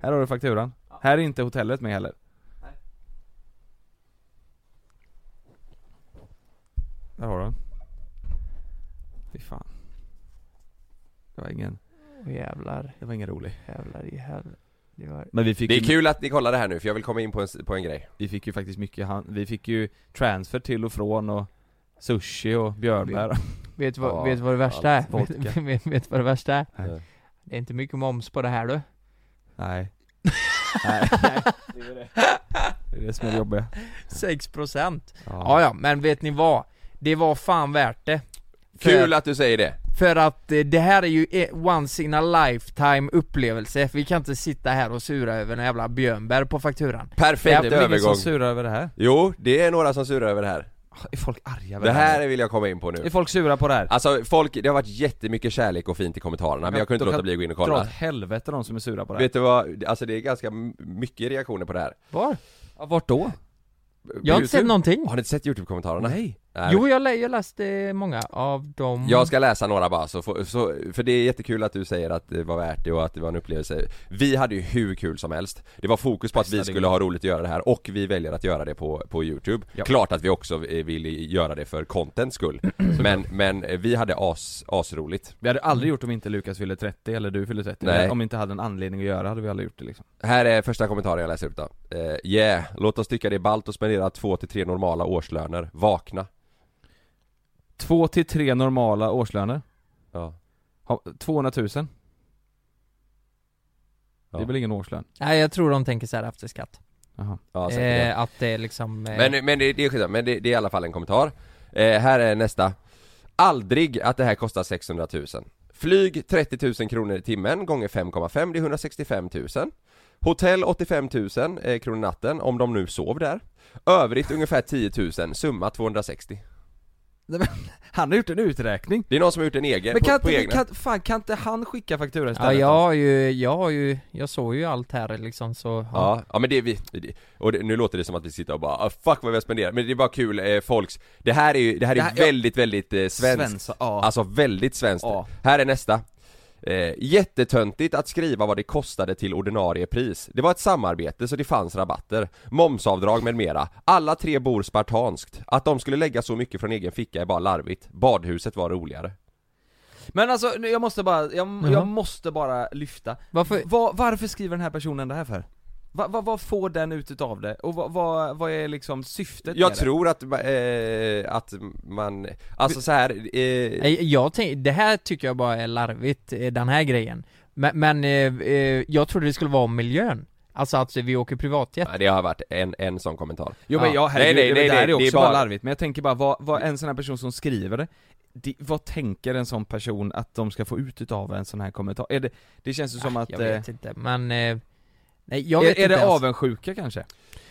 S6: Här har du fakturan. Här är inte hotellet med heller. Där har du den. Fy fan. Det var ingen,
S3: Åh, jävlar,
S6: det var ingen rolig.
S3: jävlar i helvete Det var-
S6: Men vi fick
S1: Det är
S6: ju-
S1: kul att ni kollar det här nu för jag vill komma in på en, s- på en grej
S6: Vi fick ju faktiskt mycket hand, vi fick ju transfer till och från och sushi och björnbär
S3: Vet du vad,
S1: Ja,
S3: vet du vad det värsta är?
S6: allt
S3: Vet,
S6: vodka.
S3: vet, vet du vad det värsta är?
S1: Nej.
S3: Det är inte mycket moms på det här du
S6: Nej Nej, nej. Det är det som är det jobbiga
S3: 6% Ja, ja, men vet ni vad? Det var fan värt det. För,
S1: Kul att du säger det!
S3: För att eh, det här är ju eh, once in a lifetime upplevelse. Vi kan inte sitta här och sura över en jävla björnbär på fakturan.
S1: Perfekt
S6: Det är väl ingen
S1: övergång!
S6: som surar över det här?
S1: Jo, det är några som surar över det här
S6: Är folk arga över
S1: Det här vill jag komma in på
S6: Är
S1: nu
S6: folk sura på det här?
S1: Alltså folk, det har varit jättemycket kärlek och fint i kommentarerna men jag kunde
S6: De
S1: inte
S6: kan
S1: låta bli att gå in och
S6: Dra
S1: kolla
S6: åt helvete de som är sura på det här
S1: Vet du vad, alltså det är ganska m- mycket reaktioner på det här
S3: Var?
S6: ja, Vart då?
S3: Jag har inte sett
S1: YouTube?
S3: någonting.
S1: Har ni inte sett Youtube-kommentarerna?
S6: Nej.
S1: Nej.
S3: Jo, jag, lä- jag läste många av dem.
S1: Jag ska läsa några bara, så få- så, för det är jättekul att du säger att det var värt det och att det var en upplevelse Vi hade ju hur kul som helst Det var fokus på att vi
S6: Bästa
S1: skulle ha roligt att göra det här och vi väljer att göra det på, på Youtube
S6: Ja.
S1: Klart att vi också eh, vill göra det för contents skull men, men eh, vi hade as, asroligt
S6: Vi hade aldrig gjort om inte Lukas fyllde 30 eller du fyllde 30
S1: Nej.
S6: Om vi inte hade en anledning att göra hade vi aldrig gjort det liksom
S1: Här är första kommentaren jag läser upp då eh, Yeah, låt oss tycka det är ballt och spendera två till tre normala årslöner, vakna
S6: Två till tre normala årslöner
S1: Ja,
S6: Ha- 200 000 Det
S1: Ja.
S6: är väl ingen årslön?
S3: Nej, jag tror de tänker så här efter skatt.
S6: Jaha.
S1: ja säkert ja.
S3: Eh, att det är liksom... Eh,
S1: Men, men det, det är skitsamma, men det, det är i alla fall en kommentar eh, Här är nästa Aldrig att det här kostar 600 000 Flyg 30 000 kronor i timmen gånger 5,5 det är 165 000 Hotell 85 000 eh, kronor natten om de nu sov där Övrigt ungefär 10 000, summa 260
S6: Han har gjort en uträkning
S1: Det är någon som har gjort en egen
S6: Men
S1: på,
S6: kan,
S1: på
S6: inte,
S1: egna
S6: kan, fan, kan inte han skicka faktura
S3: ja,
S6: istället?
S3: jag
S6: då?
S3: har ju, jag har ju, jag såg ju allt här liksom så... Ja.
S1: Ja, ja men det är vi, det, och det, nu låter det som att vi sitter och bara ah, 'fuck vad vi har spenderat' men det är bara kul eh, folks Det här är ju, det här är
S6: Det här- ja.
S1: väldigt, väldigt eh, svenskt
S6: Svensson, ja.
S1: Alltså väldigt svenskt.
S6: Ja.
S1: Här är nästa. Eh, jättetöntigt att skriva vad det kostade till ordinarie pris. Det var ett samarbete så det fanns rabatter. Momsavdrag med mera. Alla tre bor spartanskt. Att de skulle lägga så mycket från egen ficka är bara larvigt. Badhuset var roligare.
S6: Men alltså, nu- jag måste bara, jag,
S3: Jaha.
S6: jag måste bara lyfta
S3: Varför-
S6: Va, Varför skriver den här personen det här för? Va, va, vad får den ut utav det? Och vad, vad, vad är liksom syftet
S1: Jag
S6: med
S1: tror att, ma- eh, att man, alltså så här. Eh,
S3: Nej, Jag tänk, det här tycker jag bara är larvigt, eh, den här grejen. Men, men eh, eh, jag trodde det skulle vara om miljön. Alltså att vi åker privatjet.
S1: det har varit en, en sån kommentar.
S6: det? Jo men
S3: Ja.
S6: ja, herregud,
S1: Nej, nej,
S6: det,
S1: nej,
S6: det här
S1: nej,
S6: är också
S1: det är
S6: bara
S1: bara-
S6: larvigt, men jag tänker bara, vad, vad en sån här person som skriver det, det vad tänker en sån person att de ska få ut utav en sån här kommentar? Är det, det känns ju som att...
S3: Ah, Äh, Jag
S6: eh,
S3: vet inte, men... eh, Nej, jag vet
S6: är, är
S3: inte
S6: det
S3: ens.
S6: avundsjuka kanske?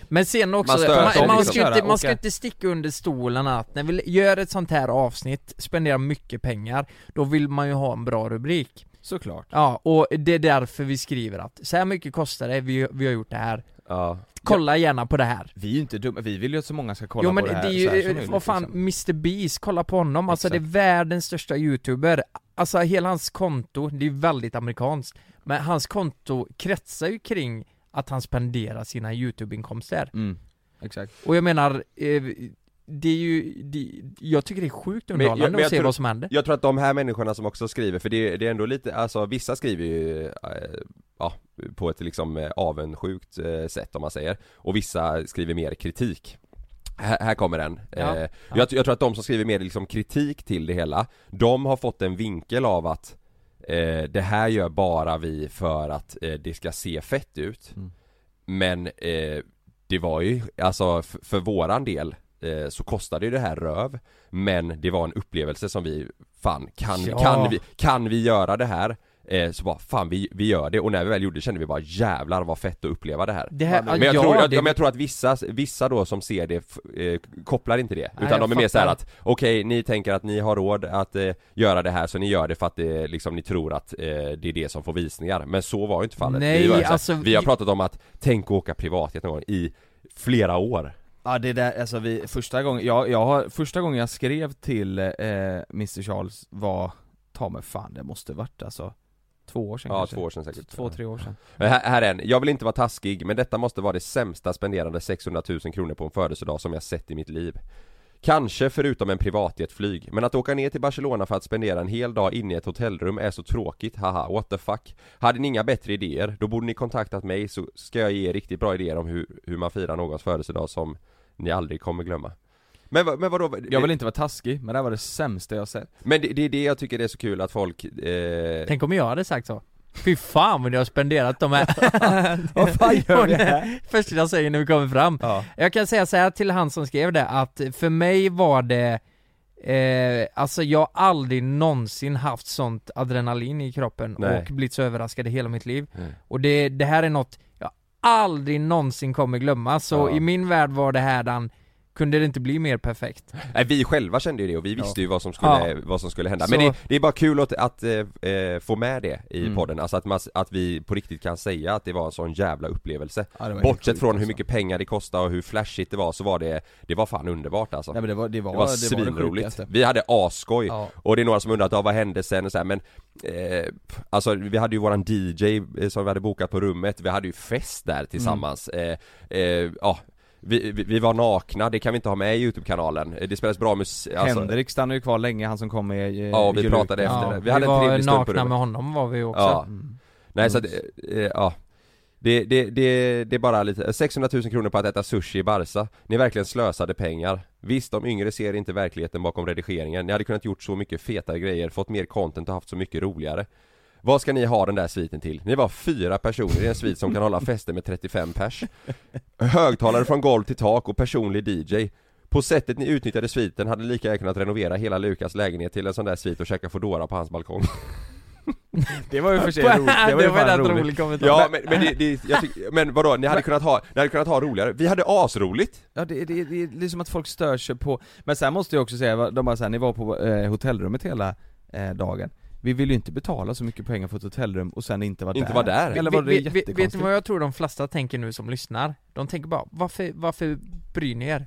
S3: Men sen också,
S1: Man
S3: man,
S1: stör sig
S3: man,
S1: liksom.
S3: ska ju inte, man ska ju
S6: Åka.
S3: inte sticka under stolen att när vi gör ett sånt här avsnitt, spenderar mycket pengar, då vill man ju ha en bra rubrik
S6: Såklart.
S3: Ja, och det är därför vi skriver att så här mycket kostar det, vi, vi har gjort det här
S1: Ja.
S3: Kolla gärna på det här
S6: Vi är ju inte dumma, vi vill ju att så många ska kolla
S3: Jo men
S6: på det här
S3: det är
S6: så här som
S3: ju,
S6: möjligt,
S3: vad fan,
S6: liksom.
S3: Mr Beast, kolla på honom, alltså
S6: Exakt.
S3: det är världens största youtuber Alltså hela hans konto, det är väldigt amerikanskt Men hans konto kretsar ju kring att han spenderar sina youtube-inkomster
S6: Mm. Exakt.
S3: Och jag menar, eh, det är ju, det, jag tycker det är sjukt
S1: jag-
S3: underhållande
S1: men jag
S3: att se
S1: tror-
S3: vad som händer
S1: Jag tror att de här människorna som också skriver, för det, det är ändå lite, alltså vissa skriver ju eh, ja, på ett liksom eh, avundsjukt eh, sätt om man säger Och vissa skriver mer kritik här, här kommer den.
S3: Ja.
S1: Eh, jag, jag tror att de som skriver mer liksom kritik till det hela, de har fått en vinkel av att eh, det här gör bara vi för att eh, det ska se fett ut. Men eh, det var ju, alltså f- för våran del eh, så kostade ju det här röv Men det var en upplevelse som vi, fan kan,
S3: Ja.
S1: kan, vi, kan vi göra det här? Eh, så bara, fan vi, vi gör det och när vi väl gjorde det kände vi bara jävlar vad fett att uppleva det här
S3: Det här,
S1: men jag,
S3: ja,
S1: tror, jag,
S3: det-
S1: ja, men jag tror att vissa, vissa då som ser det f- eh, kopplar inte det,
S3: Nej,
S1: utan
S3: jag
S1: de är mer så här
S3: fattar.
S1: att Okej, ni tänker att ni har råd att eh, göra det här så ni gör det för att det, liksom, ni tror att eh, det är det som får visningar Men så var ju inte fallet
S3: Nej,
S1: vi, var ju så här-
S3: alltså,
S1: vi har
S3: vi-
S1: pratat om att tänk åka privatjet någon gång i flera år
S6: Ja det där, alltså vi, första gången, jag, jag har, första gången jag skrev till eh, Mr Charles var, ta mig fan det måste varit alltså två år sedan
S1: Ja,
S6: kanske.
S1: två år sedan säkert
S6: Två, tre år sedan.
S1: Men här, här är en, jag vill inte vara taskig men detta måste vara det sämsta spenderande 600 000 kronor på en födelsedag som jag sett i mitt liv Kanske förutom en privatjetflyg, men att åka ner till Barcelona för att spendera en hel dag inne i ett hotellrum är så tråkigt, haha, what the fuck Hade ni inga bättre idéer, då borde ni kontaktat mig så ska jag ge er riktigt bra idéer om hur, hur man firar någons födelsedag som ni aldrig kommer glömma Men, vad- men vadå?
S6: Jag vill inte vara taskig, men det här var det sämsta jag sett.
S1: Men det, det är det jag tycker är så kul att folk eh,
S3: Tänk om jag hade sagt så Fy fan vad ni har spenderat de här
S6: Vad fan gör vi här?
S3: Första jag säger när vi kommer fram
S6: Ja.
S3: Jag kan säga så här till han som skrev det att för mig var det Eh, alltså jag har aldrig någonsin haft sånt adrenalin i kroppen
S1: Nej.
S3: och blivit så överraskad i hela mitt liv
S1: Mm.
S3: Och det, det här är något jag aldrig någonsin kommer glömma så
S1: Ja.
S3: i min värld var det här den kunde det inte bli mer perfekt
S1: Nej, vi själva kände ju det och vi visste ju vad som skulle, vad som skulle hända. Men
S3: Så-
S1: det, det är bara kul att, att eh, eh, få med det i
S6: Mm.
S1: podden, alltså att, man, att vi på riktigt kan säga att det var en sån jävla upplevelse.
S6: Ja, det var helt
S1: Bortsett
S6: sjukt,
S1: från hur
S6: alltså.
S1: mycket pengar det kostade och hur flashigt det var så var det, det var fan underbart alltså.
S6: Nej men det var det, var,
S1: det var
S6: det, var det
S1: svinroligt.
S6: sjukaste.
S1: vi hade asskoj
S6: Ja.
S1: och det är några som undrat ja, vad hände sen och så här, men eh, p- Alltså vi hade ju våran DJ som vi hade bokat på rummet, vi hade ju fest där
S6: Mm.
S1: tillsammans eh, eh, ja. Vi, vi, vi var nakna, det kan vi inte ha med i Youtube-kanalen. Eh, Det spelas bra musik, alltså,
S6: Henrik stannade ju kvar länge, han som kom med eh,
S1: Ja, vi
S6: Julup.
S1: pratade efter
S3: ja,
S1: det. Vi
S3: Vi,
S1: hade en
S3: var
S1: trevlig stund på
S3: nakna
S1: rummet.
S3: med honom var vi också
S1: Ja.
S6: Mm.
S1: Nej så att, eh, eh, ja det, det, det, det är bara lite, 600 000 kronor på att äta sushi i Barca Ni verkligen slösade pengar Visst, de yngre ser inte verkligheten bakom redigeringen Ni hade kunnat gjort så mycket fetare grejer, fått mer content och haft så mycket roligare Vad ska ni ha den där sviten till? Ni var fyra personer i en svit som kan hålla fester med 35 pers Högtalare från golv till tak och personlig DJ På sättet ni utnyttjade sviten hade ni lika gärna kunnat renovera hela Lukas lägenhet till en sån där svit och käka Foodora på hans balkong
S6: Det var ju för sig roligt, det var ju fan roligt.
S3: kommentar
S1: Ja men, men, det, det, jag tyck, men vadå, ni hade kunnat ha, ni hade kunnat ha roligare, vi hade asroligt!
S6: Ja det, det, det är liksom att folk stör sig på, men sen måste jag också säga, va- de bara såhär, ni var på eh, hotellrummet hela eh, dagen Vi vill ju inte betala så mycket pengar för ett hotellrum och sen inte vara
S1: Inte
S6: där
S1: vara där.
S6: Eller var det
S3: Vet- vet- Vet
S6: jättekonstigt?
S3: du vad jag tror de flesta tänker nu som lyssnar? De tänker bara, varför, varför bryr ni er?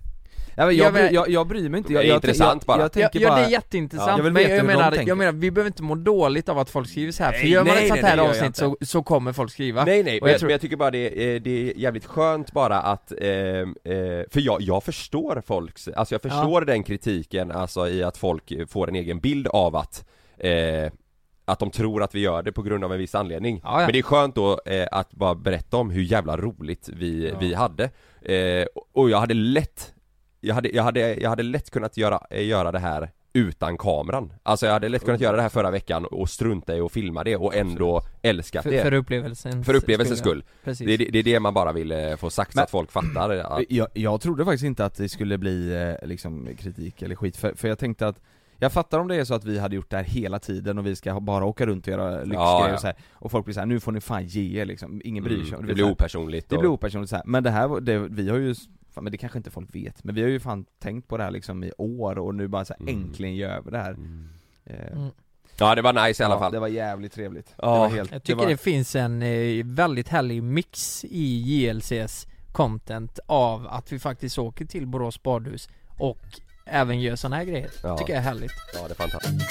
S6: ja, men
S3: jag
S6: jag, bryr,
S3: vet-
S6: jag, jag bryr mig inte,
S1: Det är
S6: jag, jag,
S1: intressant
S6: jag,
S1: bara.
S6: Jag,
S3: Ja,
S6: tänker
S3: ja
S6: bara
S3: det är jätteintressant,
S6: Ja, jag vill
S3: men
S6: veta
S3: jag
S6: hur de
S3: menar,
S6: tänker.
S3: jag menar, vi behöver inte må dåligt av att folk skriver så här för
S6: Nej,
S3: gör man
S6: nej,
S3: ett sånt
S6: nej,
S3: här
S6: det gör jag
S3: avsnitt så, så kommer folk skriva
S1: Nej nej,
S3: Och
S1: men
S3: jag
S1: jag,
S3: tror-
S1: men jag tycker bara det är, det är jävligt skönt bara att, ehm, eh, för jag, jag förstår folks, alltså jag förstår den kritiken alltså i att folk eh, får en egen bild av att eh, att de tror att vi gör det på grund av en viss anledning
S3: Ja, ja.
S1: Men det är skönt då eh, att bara berätta om hur jävla roligt vi, vi hade eh, Och jag hade lätt jag hade, jag hade, jag hade lätt kunnat göra, eh, göra det här utan kameran Alltså jag hade lätt kunnat göra det här förra veckan och strunta i att filma det och ändå älskat
S3: för,
S1: det
S3: för upplevelsens
S1: för upplevelsens skull.
S3: ja. Precis.
S1: Det, är det- det är det man bara vill eh, få sagt så
S6: Men-
S1: att folk fattar. Att,
S6: Jag, jag trodde faktiskt inte att det skulle bli eh, liksom kritik eller skit, för, för jag tänkte att Jag fattar om det är så att vi hade gjort det här hela tiden och vi ska ha- bara åka runt och göra lyxgrejer
S1: Ja, ja.
S6: och så här. Och folk blir så här, nu får ni fan ge er liksom, ingen bryr sig.
S1: Mm, Det
S6: Du vet
S1: blir
S6: så här,
S1: opersonligt
S6: det
S1: och-
S6: blir opersonligt så här. men det här, var- det, vi har ju, fan, men det kanske inte folk vet, men vi har ju fan tänkt på det här liksom i år och nu bara så här,
S1: Mm.
S6: äntligen gör vi det här.
S1: Mm.
S6: Eh,
S3: Mm.
S1: Ja det var nice i alla
S6: ja,
S1: fall
S6: Det var jävligt trevligt.
S1: Ja.
S6: Det var helt,
S3: Jag tycker det,
S6: var,
S3: finns en eh, väldigt härlig mix i JLCs content av att vi faktiskt åker till Borås badhus och även gör såna här grejer.
S1: Ja.
S3: Tycker jag är härligt.
S1: Ja det är fantastiskt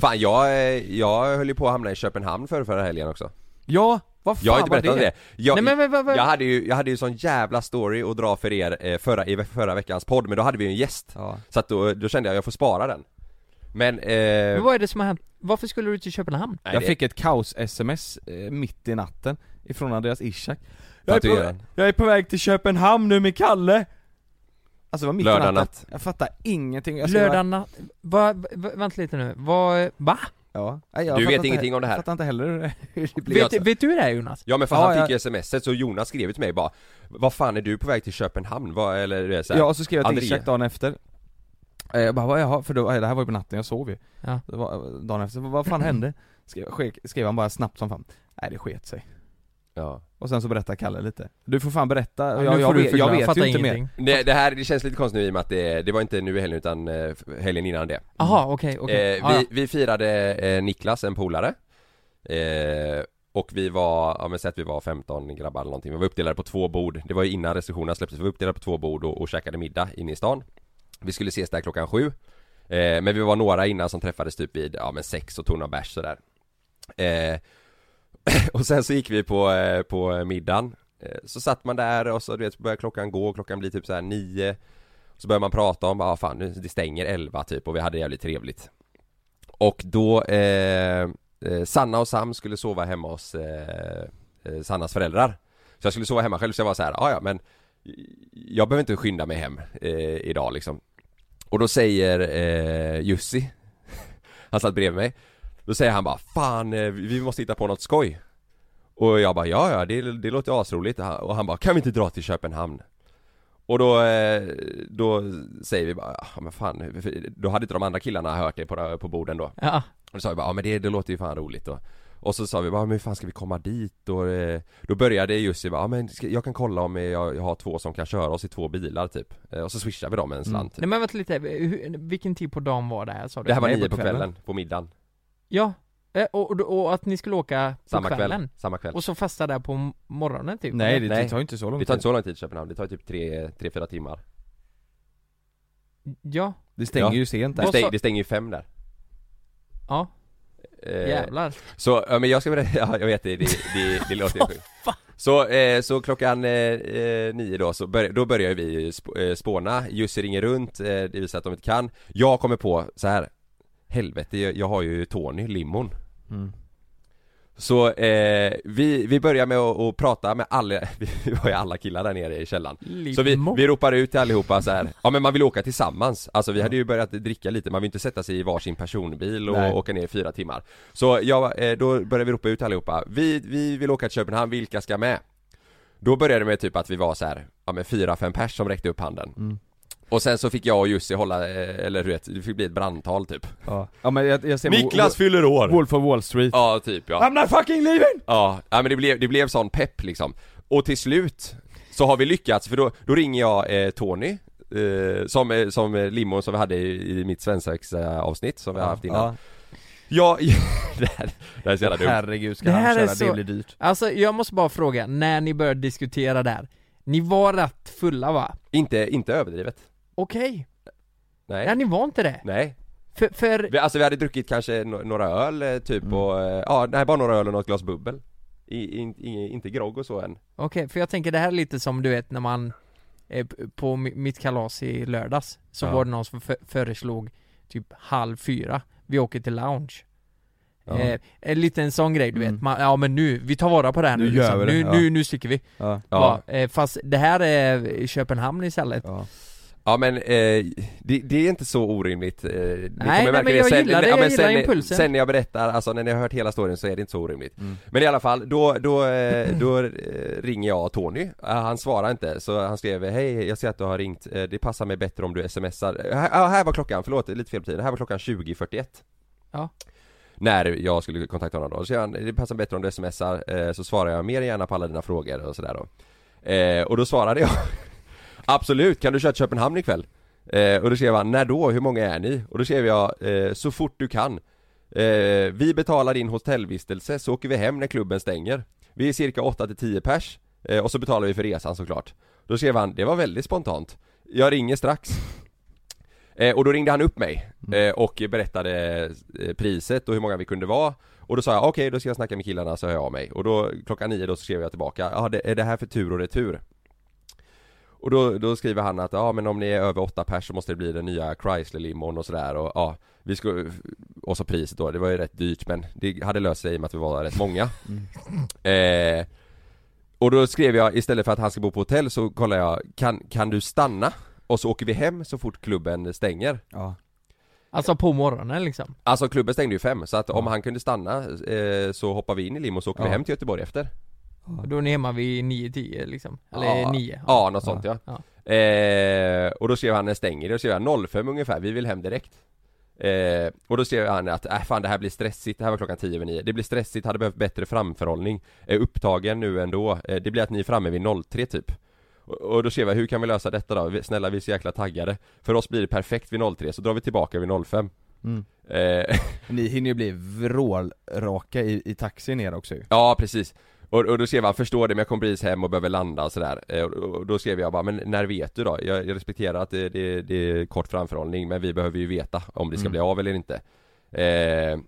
S1: Fan jag, eh, jag höll ju på att hamna i Köpenhamn för förra helgen också
S6: Ja, vad fan
S1: Jag har inte
S6: var
S1: berättat om det, jag,
S3: Nej men, men vad, vad,
S1: jag hade ju, jag hade ju sån jävla story att dra för er eh, förra, i förra veckans podd men då hade vi ju en gäst
S6: Ja.
S1: Så att då, då kände jag att jag får spara den Men, eh,
S3: men vad är det som har hänt? Varför skulle du till Köpenhamn?
S1: nej,
S6: jag
S1: det-
S6: fick ett kaos-sms eh, mitt i natten ifrån Andreas Ishak
S1: Vad
S6: jag är, på,
S1: tycker
S6: vä-
S1: han?
S6: jag är på väg till Köpenhamn nu med Kalle! Alltså det var mitt
S1: Lördag
S6: i natten,
S1: natt.
S6: jag fattar ingenting jag skrev-
S3: Lördag natt? Va, va, vänta lite nu, vad, va?
S6: ja. Nej, jag
S1: Du
S6: fattar
S1: vet
S6: inte
S1: ingenting
S6: he-
S1: om det här.
S6: Jag fattar inte heller hur det- hur det blev
S1: jag-
S3: Vet, vet du det här, Jonas?
S1: Ja men för
S6: Ja,
S1: han
S6: ja.
S1: fick ju smset så Jonas skrev ju till mig bara Vad fan är du på väg till Köpenhamn? Vad, eller det är så här,
S6: Ja och så skrev jag till
S1: André.
S6: Ishak dagen efter Eh, jag bara, vad jaha, för då, det här var ju på natten, jag sov ju
S3: Ja.
S6: det var, eh, Dagen efter, vad vad fan hände? Skrev, ske- skrev han bara snabbt som fan, nej det sket sig
S1: ja.
S6: Och sen så berättar Kalle lite Du får fan berätta,
S3: Ja,
S6: jag,
S3: nu
S6: jag,
S3: får du
S6: vet,
S3: förklara.
S6: jag vet
S3: fattar
S6: ju inte mer
S3: ingenting.
S1: Det, det här, det känns lite konstigt nu i och med att det, det var inte nu i helgen utan eh, helgen innan det
S3: Jaha, okej, okej. Ah,
S1: eh,
S3: Ja, ja.
S1: vi, vi firade eh, Niklas, en polare eh, Och vi var, ja men säg att vi var 15 grabbar eller någonting, vi var uppdelade på två bord Det var ju innan restriktionerna släpptes, vi var uppdelade på två bord och, och käkade middag inne i stan Vi skulle ses där klockan sju eh, Men vi var några innan som träffades typ vid, ja men sex och tog några bärs sådär eh, Och sen så gick vi på, eh, på middagen Eh, Så satt man där och så du vet, började klockan gå, klockan blir typ så här nio Så börjar man prata om, ah, fan nu, det stänger elva typ och vi hade jävligt trevligt Och då eh, eh, Sanna och Sam skulle sova hemma hos eh, eh, Sannas föräldrar Så jag skulle sova hemma själv så jag var så här, ah, ja men Jag behöver inte skynda mig hem eh, idag liksom Och då säger eh, Jussi Han satt bredvid mig Då säger han bara, fan eh, vi måste hitta på något skoj och jag bara ja ja, det, det låter asroligt Och han- och han bara kan vi inte dra till Köpenhamn? Och då, eh, då säger vi bara ja men fan, för då hade inte de andra killarna hört det på, på borden då
S3: ja.
S1: och då sa vi bara, ja men det, det låter ju fan roligt då. Och så sa vi bara, men hur fan ska vi komma dit? Och eh, då började Jussi bara, ja men ska, jag kan kolla om jag, jag har två som kan köra oss i två bilar typ. Eh, Och så swishar vi dem en slant.
S3: Nej men vänta lite, hur, vilken tid på dagen var det här sa du?
S1: Det här var
S6: Nej,
S1: nio på
S6: på
S1: kvällen,
S6: kvällen.
S1: på middagen.
S3: Ja, eh, och, och, och att ni skulle åka på
S1: Samma
S3: kvällen?
S1: kväll. Samma kväll.
S3: Och så fasta där på m- morgonen typ?
S6: Nej det,
S1: Nej.
S6: det tar ju inte så lång
S1: Det
S6: tid
S1: tar inte så lång tid i Köpenhamn, det tar typ tre, tre fyra timmar.
S3: Ja,
S6: Det stänger
S1: Ja.
S6: ju sent
S1: Det,
S6: där.
S3: Vad
S1: stäng,
S3: sa-
S1: det stänger ju fem där.
S3: ja,
S1: Eh,
S3: jävlar
S1: Så, ja, men jag ska berätta, ja, jag vet det, det, det, det låter ju sjukt så, eh, så klockan eh, eh, nio då, så bör, då börjar vi sp- eh, spåna, Jussi ringer runt, eh, det visar att de inte kan Jag kommer på så här Helvete, jag, jag har ju Tony, limon
S6: Mm.
S1: Så eh, vi, vi börjar med att, att prata med alla, vi var ju alla killar där nere i källaren
S3: Typ
S1: så vi, vi ropar ut till allihopa så här. ja men man vill åka tillsammans, alltså vi hade ju börjat dricka lite, man vill inte sätta sig i varsin personbil och
S6: Nej.
S1: åka ner i fyra timmar Så jag, eh, då började vi ropa ut till allihopa, vi, vi vill åka till Köpenhamn, vilka ska med? Då började det med typ att vi var så här, ja men fyra, fem pers som räckte upp handen Och sen så fick jag och Jussi hålla, eh, eller du vet, det fick bli ett brandtal typ
S6: Ja. ja men jag, jag ser
S1: Niklas fyller
S6: Wo-
S1: år!
S6: Wo- Wolf of Wall Street
S1: Ja, typ ja
S6: I'm not fucking leaving!
S1: Ja, ja men det blev, det blev sån pepp liksom. Och till slut så har vi lyckats, för då, då ringer jag eh, Tony eh, som, eh, som eh, limon som vi hade i, i mitt svensexa avsnitt som vi har haft innan.
S6: Ja.
S1: Ja, ja det, här, det här är så jävla dumt.
S6: Herregud ska
S3: Det här
S6: han
S3: är
S6: köra,
S3: så-
S6: det blir dyrt
S3: Alltså jag måste bara fråga, när ni började diskutera där, ni var rätt fulla va?
S1: Inte, inte överdrivet.
S3: Okej,
S1: Nej.
S3: ja ni var inte det?
S1: Nej.
S3: För, för
S1: Vi, alltså vi hade druckit kanske no- några öl eh, typ och, eh, ja nej bara några öl och något glas bubbel. I, in, i, inte grogg och så än.
S3: Okej, för jag tänker det här är lite som du vet när man eh, p- På mi- mitt kalas i lördags Så
S1: Ja.
S3: var det någon som fö- föreslog Typ halv fyra Vi åker till lounge
S1: Ja.
S3: eh, eh, Lite en sån grej du
S6: Mm.
S3: vet man, Ja men nu, vi tar vara på det här nu,
S6: Nu gör
S3: liksom.
S6: vi det,
S3: nu,
S6: ja.
S3: nu, nu sticker vi
S6: ja.
S1: Ja.
S3: ja. eh, Fast det här är Köpenhamn istället
S6: Ja.
S1: Ja men eh, det, det är inte så orimligt. Eh, nej,
S3: nej, men jag gillar det, jag gillar impulsen. Mm.
S1: Sen när jag berättar, alltså när ni har hört hela storyn så är det inte så orimligt. Men i alla fall, då, då, eh, då eh, ringer jag Tony. Eh, Han svarar inte, så han skrev Hej, jag ser att du har ringt. Eh, Det passar mig bättre om du smsar. Eh, Här, ah, här var klockan, förlåt, lite fel på tiden. Här var klockan 20.41.
S3: Ja.
S1: När jag skulle kontakta honom då. Så säger han, det passar bättre om du smsar, eh, så svarar jag mer än gärna på alla dina frågor och sådär då. Eh, och då svarade jag Absolut, kan du köra till Köpenhamn ikväll? Eh, och då skrev han, när då? Hur många är ni? Och då skrev jag, eh, så fort du kan eh, Vi betalar din hotellvistelse så åker vi hem när klubben stänger Vi är cirka 8 till 10 pers eh, och så betalar vi för resan såklart Då skrev han, det var väldigt spontant Jag ringer strax eh, Och då ringde han upp mig eh, och berättade eh, priset och hur många vi kunde vara och då sa jag okej, då ska jag snacka med killarna så hör jag av mig och då klockan nio då så skrev jag tillbaka, ja det, är det här för tur och retur? Och då, då skriver han att ja men om ni är över åtta pers så måste det bli den nya Chrysler-limon och sådär och ja Vi skulle, och så priset då, det var ju rätt dyrt men det hade löst sig i och med att vi var rätt många eh, Och då skrev jag istället för att han ska bo på hotell så kollar jag, kan, kan du stanna? Och så åker vi hem så fort klubben stänger
S2: Ja.
S3: Alltså på morgonen liksom.
S1: Alltså klubben stängde ju fem så att om han kunde stanna eh, så hoppar vi in i lim och så åker vi
S2: Ja.
S1: hem till Göteborg efter
S3: Och Då är ni hemma vid 9-10 liksom.
S1: Ja,
S3: Eller 9.
S1: Ja, något sånt ja. Eh, och då skrev han när stänger det, och skrev jag 05 ungefär, vi vill hem direkt. Eh, och då skrev han att, äh, fan det här blir stressigt, det här var klockan 10 över 9, det blir stressigt, hade behövt bättre framförhållning, eh, upptagen nu ändå, eh, det blir att ni är framme vid 03 typ. Och, och då skrev jag, hur kan vi lösa detta då? Vi- Snälla vi är så jäkla taggade. För oss blir det perfekt vid 03, så drar vi tillbaka vid 05.
S6: Mm.
S1: Eh,
S2: Ni hinner ju bli vrålraka i, i taxin ner också ju.
S1: Ja precis och, och då skrev han 'Förstår det men jag kom precis hem och behöver landa' och sådär Eh, och, och då skrev jag bara 'Men när vet du då?' Jag, jag respekterar att det, det, det är kort framförhållning men vi behöver ju veta om det ska
S2: Mm.
S1: bli av eller inte eh,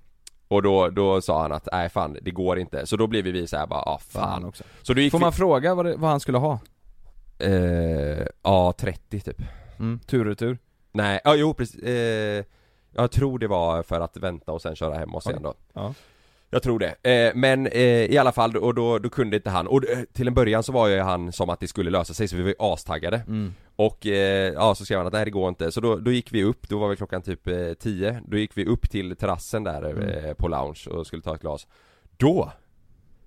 S1: Och då, då sa han att 'Nej fan, det går inte' Så då blev vi såhär bara 'Ah fan'
S2: också.
S1: Så då gick
S2: Får man fråga vad, det, vad han skulle ha?
S1: vi, eh, Ja 30 typ
S2: Mm. Tur och tur.
S1: Nej, ja jo precis, eh, jag tror det var för att vänta och sen köra hem oss igen då
S2: Ja.
S1: Jag tror det, eh, men eh, i alla fall, och då, då kunde inte han, och eh, till en början så var ju han som att det skulle lösa sig så vi var ju astaggade Och eh, ja, så skrev han att nej det går inte, så då, då gick vi upp, då var väl klockan typ eh, 10 Då gick vi upp till terrassen där eh, på lounge och skulle ta ett glas Då!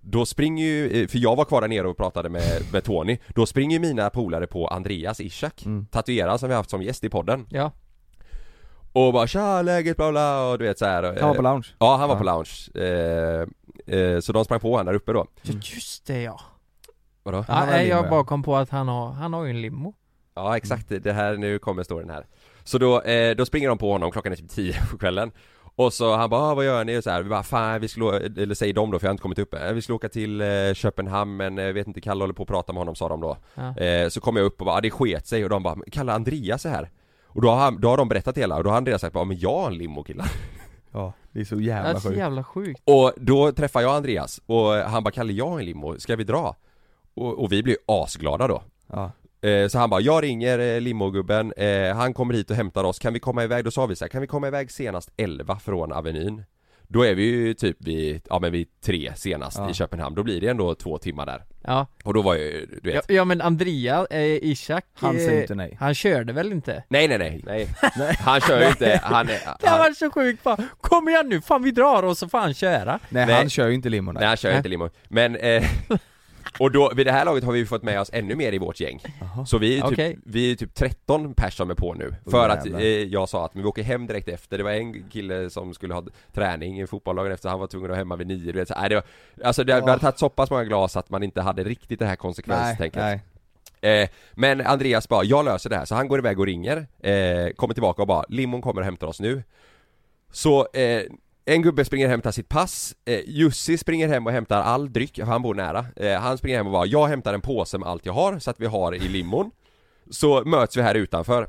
S1: Då springer ju, eh, för jag var kvar där nere och pratade med, med Tony Då springer ju mina polare på Andreas Ishak Tatueraren som vi har haft som gäst i podden
S3: Ja.
S1: och bara 'Tja, läget?' bla bla och du vet så här.
S2: Han var på
S1: Eh,
S2: lounge.
S1: Ja, han var
S2: Ja.
S1: på lounge. Eh, eh, så de sprang på han där uppe då.
S3: ja. Just det ja.
S1: Vadå?
S3: ja
S2: har en
S3: nej,
S2: limo,
S3: jag
S2: ja.
S3: bara kom på att han har, han har ju en limo.
S1: Ja exakt, det här, nu kommer storyn här Så då, eh, då springer de på honom, klockan är typ 10 på kvällen Och så han bara ah, 'Vad gör ni?' och så här, vi bara 'Fan, vi skulle, å- eller säger de då för jag har inte kommit upp än. Vi skulle åka till eh, Köpenhamn men eh, vet inte, Kalle håller på att prata med honom sa de då
S3: Ja.
S1: eh, Så kommer jag upp och bara ah, 'Det sket sig' och de bara 'Kalle Andreas är här' Och då har, han, då har de berättat hela och då har Andreas sagt bara 'Men jag har en limo killar'
S2: Ja, det är så
S3: Det
S2: jävla
S3: är
S6: Alltså,
S3: så
S2: sjukt.
S3: jävla sjukt.
S1: Och då träffar jag Andreas och han bara 'Kalle, jag har en limo, ska vi dra?' Och, och vi blir ju asglada då
S2: Ja.
S1: Eh, Så han bara, jag ringer eh, limogubben, eh, han kommer hit och hämtar oss, kan vi komma iväg? Då sa vi så här, kan vi komma iväg senast 11 från Avenyn? Då är vi ju typ vid, ja men vid tre senast
S2: Ja.
S1: i Köpenhamn, då blir det ändå två timmar där
S3: Ja.
S1: Och då var ju, du vet
S3: ja. Ja men Andrea eh, Ishak.
S2: Han säger
S3: eh,
S2: inte nej.
S3: Han körde väl inte?
S1: Nej nej nej, nej. han kör ju inte, han, är-
S3: Det här
S1: han
S3: var så sjukt bara, kom igen nu, fan vi drar och så får han köra.
S2: Nej,
S1: Nej.
S2: han kör ju inte limon där.
S1: Nej han kör inte limo, men eh, Och då, vid det här laget har vi ju fått med oss ännu mer i vårt gäng Så vi är typ,
S3: Okej.
S1: vi är typ 13 pers som är på nu För att eh,
S2: jävlar.
S1: jag sa att men vi åker hem direkt efter Det var en kille som skulle ha träning i fotbollslagen efter Han var tvungen att vara hemma vid nio du vet, så, nej, det var, Alltså det, vi hade tagit så pass många glas att man inte hade riktigt det här konsekvenstänket
S2: nej.
S1: Eh, men Andreas bara, jag löser det här, så han går iväg och ringer, eh, kommer tillbaka och bara, limon kommer och hämtar oss nu. Så eh, en gubbe springer och hämtar sitt pass, eh, Jussi springer hem och hämtar all dryck, för han bor nära. Eh, han springer hem och bara, jag hämtar en påse med allt jag har, så att vi har i limon. Så möts vi här utanför.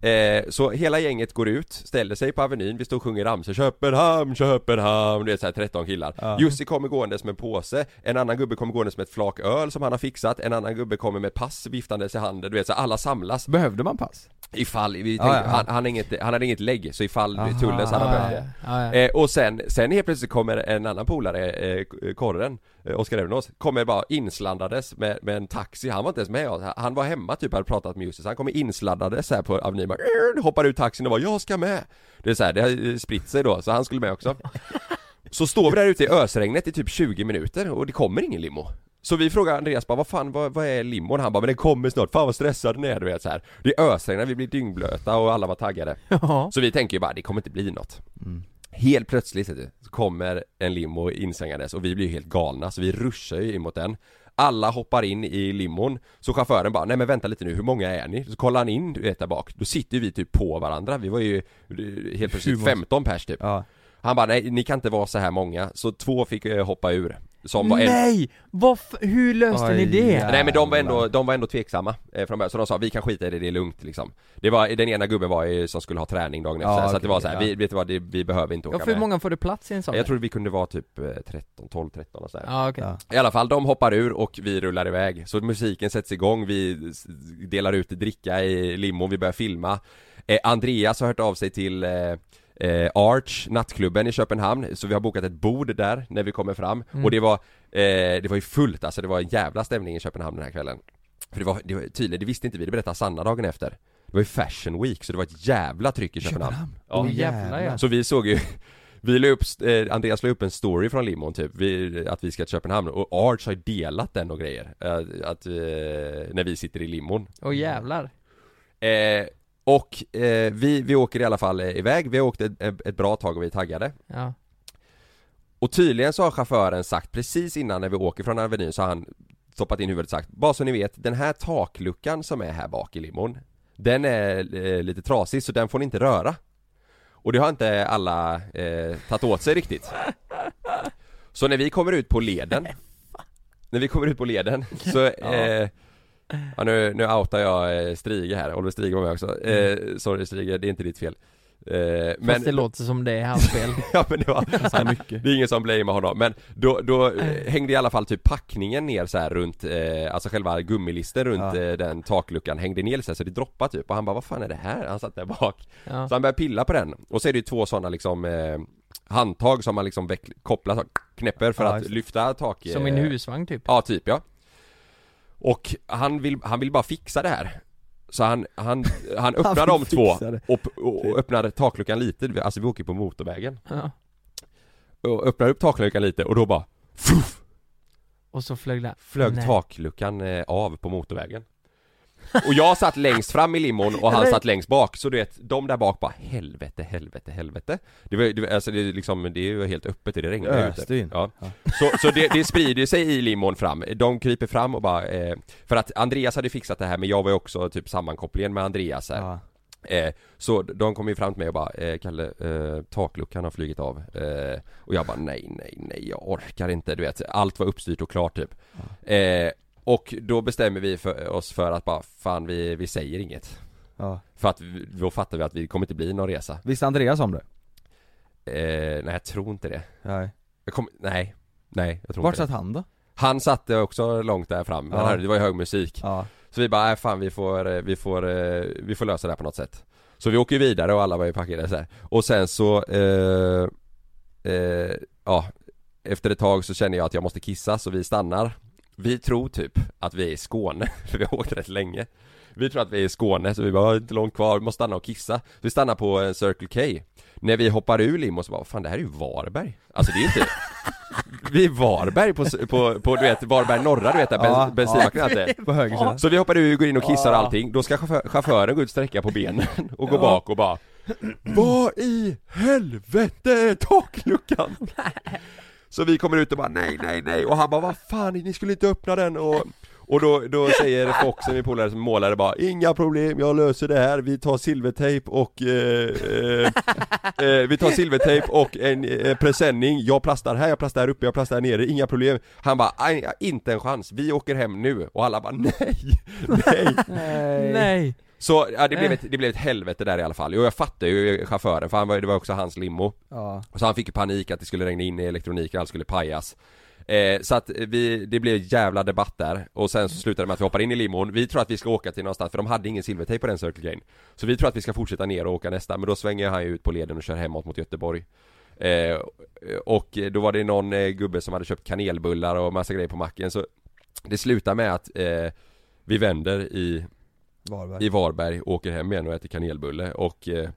S1: Eh, så hela gänget går ut, ställer sig på Avenyn, vi står och sjunger ramsor Köpenhamn, Köpenhamn, du vet såhär 13 killar Jussi kommer gåendes med en påse, en annan gubbe kommer gåendes med ett flak öl som han har fixat En annan gubbe kommer med pass viftandes i handen, du vet så här, alla samlas
S2: Behövde man pass?
S1: Ifall, vi
S6: Ja,
S1: tänkte,
S6: ja.
S1: Han, han, har inget, han hade inget lägg, så ifall
S6: Aha,
S1: tullen så hade han
S6: ja,
S1: behövt det.
S3: ja, ja.
S1: Eh, och sen, sen helt plötsligt kommer en annan polare, eh, korren, eh, Oskar Evenås, kommer bara inslandades med, med en taxi, han var inte ens med oss, han var hemma typ, hade pratat med Jussi, så han kommer inslandades här på Avenyn, bara, "Urr", hoppar ur taxin och bara 'Jag ska med' Det är så här, det har eh, spritt sig då, så han skulle med också Så står vi där ute i ösregnet i typ 20 minuter och det kommer ingen limo så vi frågar Andreas bara, vad fan, vad, vad är limon? Han bara, men den kommer snart, fan vad stressad ni är du vet så här. Det ösregnar, vi blir dyngblöta och alla var taggade
S3: Ja.
S1: Så vi tänker ju bara, det kommer inte bli något Helt plötsligt vet du, så kommer en limo insängandes och vi blir ju helt galna så vi ruschar ju emot den Alla hoppar in i limon Så chauffören bara, nej men vänta lite nu, hur många är ni? Så kollar han in du vet där bak, då sitter ju vi typ på varandra, vi var ju eh, helt plötsligt 15 pers typ
S6: Ja.
S1: Han bara, nej ni kan inte vara så här många, så två fick eh, hoppa ur Som var en
S3: Nej! Varför, hur löste ni
S6: Oj,
S3: det?
S6: ja.
S1: Nej men de var ändå, de var ändå tveksamma eh, från början, så de sa vi kan skita i det, det är lugnt liksom Det var, den ena gubben var ju, som skulle ha träning dagen efter,
S6: Ja,
S1: så att det
S6: okej,
S1: var såhär,
S6: ja.
S1: vi, vet du vad, det, vi behöver inte åka
S3: Ja, för hur
S1: med
S3: många får du plats i en sån?
S1: Jag tror vi kunde vara typ eh, 13, 12, 13 och sådär
S3: Ja, okej.
S6: Ja.
S1: I alla fall, de hoppar ur och vi rullar iväg, så musiken sätts igång, vi s- delar ut dricka i limon, vi börjar filma eh, Andreas har hört av sig till eh, eh, Arch, nattklubben i Köpenhamn, så vi har bokat ett bord där när vi kommer fram och det var, eh, det var ju fullt alltså, det var en jävla stämning i Köpenhamn den här kvällen För det var, det var tydligen, det visste inte vi, det berättade Sanna dagen efter Det var ju Fashion Week, så det var ett jävla tryck i Köpenhamn, Ja.
S3: Åh, jävlar, ja.
S1: Så vi såg ju vi la upp, eh, Andreas la upp en story från Limon typ, vi, att vi ska till Köpenhamn och Arch har ju delat den och grejer, eh, att, eh, när vi sitter i Limon
S3: Åh jävlar.
S1: eh, Och eh, vi, vi åker i alla fall eh, iväg, vi har åkt ett, ett bra tag och vi är taggade
S3: Ja.
S1: Och tydligen så har chauffören sagt precis innan när vi åker från Avenyn så har han stoppat in huvudet och sagt Bara så ni vet, den här takluckan som är här bak i limon Den är eh, lite trasig så den får ni inte röra Och det har inte alla eh, tagit åt sig riktigt Så när vi kommer ut på leden När vi kommer ut på leden så eh, Ja nu, nu outar jag eh, Strige här, Oliver Strige var med också eh, Sorry Strige, det är inte ditt fel eh,
S3: Fast det låter som det är hans fel.
S1: ja, men det, var, det är ingen som blamear honom men då, då eh, hängde i alla fall typ packningen ner så här runt, eh, alltså själva gummilisten runt
S6: Ja.
S1: eh, den takluckan hängde ner så, här, så det droppade typ och han bara vad fan är det här? Han satt där bak
S3: Ja.
S1: Så han började pilla på den och så är det ju två sådana liksom eh, handtag som man liksom veck, kopplar, så, knäpper för
S6: Ja,
S1: att
S6: just det.
S1: lyfta tak
S3: Som en
S1: eh,
S3: husvagn typ.
S1: Ja, typ ja. Och han vill, han vill bara fixa det här. Så han, han, han öppnar de
S6: fixa
S1: två
S6: det.
S1: och, och öppnar takluckan lite, alltså vi åker på motorvägen.
S3: Ja.
S1: Och öppnar upp takluckan lite och då bara fuff,
S3: Och så flög den.
S1: flög
S3: Nej.
S1: takluckan eh, av på motorvägen. Och jag satt längst fram i limon och han
S3: Eller-
S1: satt längst bak, så du vet, de där bak bara helvete, helvete, helvete. Det var, ju- det, var- alltså det är liksom, det är ju helt öppet i det regnar ju
S6: Öste in.
S1: Ja.
S6: Ja.
S1: Så, så det, det sprider sig i limon fram, de kryper fram och bara, eh, för att Andreas hade fixat det här men jag var ju också typ sammankopplingen med Andreas här.
S6: Ja.
S1: Eh, så de kom ju fram till mig och bara, eh, Kalle, eh, takluckan har flugit av. Eh, och jag bara, nej, nej, nej, jag orkar inte, du vet. Allt var uppstyrt och klart typ. Eh, och då bestämmer vi för, oss för att bara, fan vi, vi säger inget.
S6: Ja.
S1: För att vi, då fattar vi att vi kommer inte bli någon resa.
S6: Visste Andreas om det?
S1: Eh, nej, jag tror inte det.
S6: Nej.
S1: Jag kommer- nej, nej, jag tror
S6: Vart
S1: inte det.
S6: satt han då?
S1: Han satt också långt där fram, men
S6: Ja.
S1: hörde, det var ju hög musik
S6: Ja.
S1: Så vi bara, äh, fan vi får, eh, vi får, eh, vi får lösa det här på något sätt Så vi åker ju vidare och alla var ju packade så här. och sen så, eh, eh, ja Efter ett tag så känner jag att jag måste kissa så vi stannar Vi tror typ att vi är i Skåne, för vi har åkt rätt länge Vi tror att vi är i Skåne så vi bara, "Ah, inte långt kvar, vi måste stanna och kissa Så vi stannar på en Circle K När vi hoppar ur limon så bara, fan det här är ju Varberg Alltså det är ju inte Vi är i Varberg på, på, på, du vet, Varberg norra du vet där
S6: Ja,
S1: bens, bensinmacken hade
S6: På höger sida?
S1: så vi hoppar ur, går in och kissar och allting, då ska chauffö- chauffören gå ut och sträcka på benen och gå bak och bara Vad i helvete är takluckan? Så vi kommer ut och bara nej, nej, nej och han bara vad fan, ni skulle inte öppna den och och då, då säger Foxen, min polare som målare bara Inga problem, jag löser det här, vi tar silvertejp och eh, eh, eh, Vi tar silvertejp och en eh, presenning, jag plastar här, jag plastar här uppe, jag plastar här nere, inga problem Han bara, "Aj, inte en chans, vi åker hem nu och alla bara nej, nej
S3: Nej!
S1: Så ja, det, blev ett, det blev ett helvete där i alla fall, och jag fattar ju chauffören för han var, det var också hans limo
S6: Ja.
S1: så han fick ju panik att det skulle regna in i elektroniken, allt skulle pajas Eh, så att vi, det blev jävla debatt där och sen så slutade det med att vi hoppar in i limon. Vi tror att vi ska åka till någonstans för de hade ingen silvertejp på den Circle Green. Så vi tror att vi ska fortsätta ner och åka nästa men då svänger han ju ut på leden och kör hemåt mot Göteborg. Eh, och då var det någon eh, gubbe som hade köpt kanelbullar och massa grejer på macken så det slutar med att eh, vi vänder i
S2: Varberg.
S1: i Varberg, åker hem igen och äter kanelbulle och eh,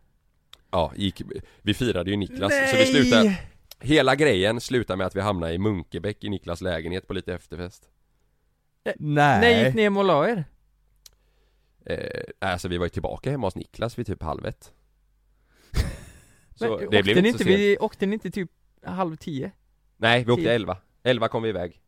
S1: Ja, gick, vi firade ju Niklas så det slutade Hela grejen slutade med att vi hamnade i Munkebäck i Niklas lägenhet på lite efterfest
S6: Nej.
S3: När gick ni hem och la er?
S1: eh, Alltså vi var ju tillbaka hemma hos Niklas vid typ halv ett Så
S3: Men,
S1: det
S3: åkte,
S1: blev inte,
S3: ni
S1: så
S3: inte
S1: sent
S3: vid, åkte ni inte typ halv tio?
S1: Nej, vi åkte
S3: tid?
S1: elva Elva kom vi iväg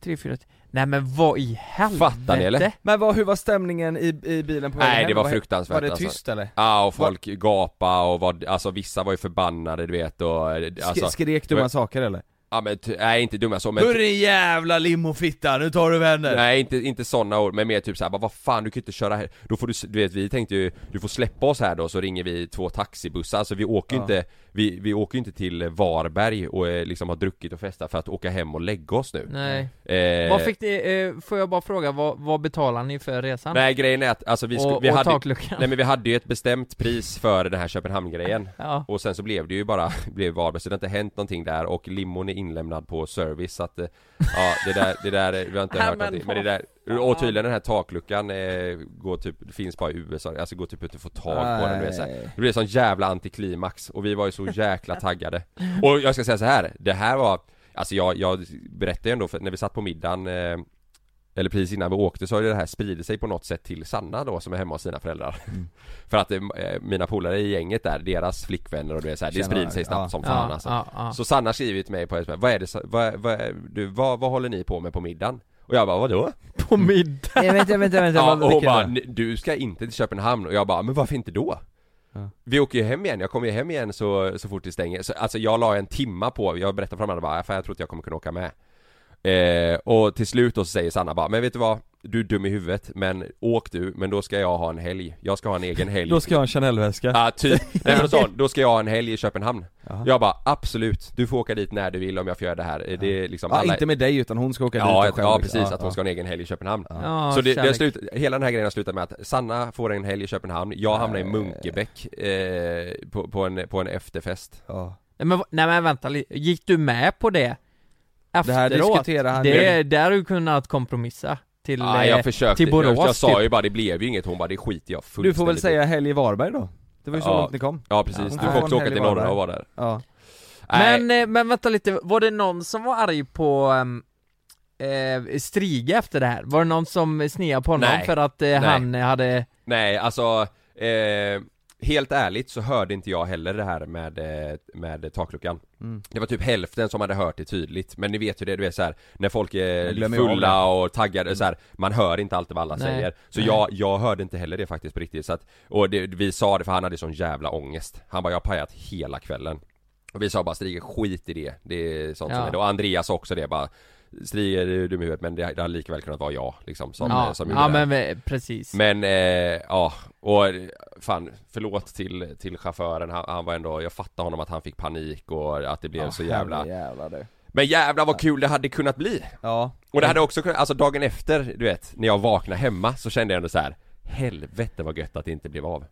S3: Tre, fyra, tio? Nej men vad i helvete?
S1: Fattar ni, eller?
S6: Men vad, hur var stämningen i, i bilen på vägen
S1: Nej
S6: hem?
S1: det var
S6: Var, var
S1: fruktansvärt
S6: det
S1: alltså.
S6: tyst eller?
S1: Ja och folk gapade och var, alltså vissa var ju förbannade du vet och eh,
S6: Sk-
S1: alltså,
S6: skrek dumma
S1: Men-
S6: saker eller?
S1: ja men ty- nej inte dumma så men
S6: Hur din jävla limofitta, nu tar du vänner!
S1: Nej inte, inte sådana ord, men mer typ såhär bara vad fan du kan inte köra här Då får du, s- du vet vi tänkte ju, du får släppa oss här då så ringer vi två taxibussar Alltså vi åker ju
S6: Ja.
S1: inte, vi, vi åker ju inte till Varberg och eh, liksom har druckit och festat för att åka hem och lägga oss nu
S3: Nej.
S1: Eh,
S3: Vad fick ni, eh, får jag bara fråga, vad, vad betalar ni för resan?
S1: Nej grejen är att alltså vi, sku,
S3: och,
S1: vi
S3: och
S1: hade
S3: takluckan?
S1: Nej men vi hade ju ett bestämt pris för den här Köpenhamn-grejen
S3: Ja.
S1: Och sen så blev det ju bara, blev Varberg så det har inte hänt någonting där och limon är inlämnad på service så att eh, Ja det där, det där, eh, vi har inte
S3: Nej,
S1: hört
S3: men
S1: någonting men det där Och tydligen den här takluckan eh, går typ, det finns bara i USA, alltså går typ inte att få tag på den du vet, så här. Det blev sån jävla antiklimax och vi var ju så jäkla taggade Och jag ska säga så här, det här var Alltså jag, jag berättade ju ändå för när vi satt på middagen eh, Eller precis innan vi åkte så har ju det här spridit sig på något sätt till Sanna då som är hemma hos sina föräldrar
S6: Mm.
S1: För att eh, mina polare i gänget där, deras flickvänner och det är så här, det
S6: Tjena,
S1: sprider sig snabbt
S6: ja.
S1: som fan
S3: ja,
S1: alltså.
S3: ja, ja.
S1: Så Sanna skriver ju till mig på sms, vad är det, så- vad, vad, du, vad, vad håller ni på med på middagen? Och jag bara vadå?
S3: På middag?
S2: Nej, vänta, vänta, vänta,
S1: Ja,
S2: vad-
S1: och hon
S2: vilken
S1: bara,
S2: då?
S1: "Ni- du ska inte till Köpenhamn och jag bara, men varför inte då?
S6: Ja.
S1: Vi åker ju hem igen, jag kommer ju hem igen så, så fort det stänger. Så, alltså jag la en timma på, jag berättade för de andra bara, "Fan, jag tror inte jag kommer kunna åka med. Eh, och till slut då så säger Sanna bara, men vet du vad? Du är dum i huvudet, men åk du, men då ska jag ha en helg. Jag ska ha en egen helg.
S6: Då ska jag ha en Chanel-väska
S1: Ja typ, nej men då sa hon, då ska jag ha en helg i Köpenhamn.
S6: Jaha.
S1: Jag bara absolut, du får åka dit när du vill om jag får göra det här. Det är liksom
S6: Ja,
S1: alla...
S6: inte med dig utan hon ska åka dit
S1: Ja,
S6: och själv,
S1: ja
S6: liksom.
S1: precis, att hon ska ha en egen helg i Köpenhamn.
S3: Ja,
S1: Så det, det har
S3: kärlek.
S1: slut, hela den här grejen har slutat med att Sanna får en helg i Köpenhamn, jag hamnar i Munkebäck eh, på, på, en, på en efterfest.
S6: ja.
S3: Nej men, nej, men vänta lite, gick du med på det? Efteråt?
S6: Det här diskuterar han
S3: det,
S6: ju.
S3: Där har du kunnat kompromissa till...
S1: ah, jag
S3: eh,
S1: försökte,
S3: till Borås,
S1: jag, jag sa
S3: typ.
S1: ju bara det blev ju inget, hon bara det skiter jag
S6: Du
S1: fullständigt
S6: får väl
S1: i."
S6: säga helg i Varberg då? Det var ju så
S1: Ja.
S6: långt ni kom
S1: Ja precis,
S6: Ja, hon
S1: du
S6: får
S1: får
S6: en
S1: också åka
S6: helg i
S1: till norra
S6: Varberg.
S1: och vara där.
S6: Ja,
S1: Nej,
S3: men, eh, men vänta lite, var det någon som var arg på ehm, eh, Striga efter det här? Var det någon som sneade på honom
S1: Nej.
S3: för att eh, han eh, hade...
S1: nej alltså, eh, helt ärligt så hörde inte jag heller det här med, eh, med takluckan.
S6: Mm.
S1: Det var typ hälften som hade hört det tydligt, men ni vet hur det är, du vet så här, när folk
S6: Man
S1: är
S6: glömmer ju av
S1: fulla och taggade så här, man hör inte alltid vad alla
S3: Nej.
S1: säger. Så
S3: Nej.
S1: jag, jag hörde inte heller det faktiskt på riktigt så att, och det, vi sa det för han hade sån jävla ångest. Han bara, jag har pajat hela kvällen. Och vi sa bara, Striger skit i det, det är sånt som
S3: Ja.
S1: händer. Och Andreas sa också det bara, Striger du är dum i huvudet men det, det hade lika väl kunnat vara jag liksom som,
S3: ja,
S1: som gjorde
S3: ja
S1: det här."
S3: men eh, precis.
S1: Men eh, ja, och eh, fan förlåt till, till chauffören, han, han var ändå, jag fattar honom att han fick panik och att det blev så jävla
S6: jävlar du
S1: Men jävla vad kul det hade kunnat bli!
S6: Ja,
S1: Och det hade också kunnat, alltså dagen efter, du vet, när jag vaknade hemma så kände jag ändå så här. Helvete vad gött att det inte blev av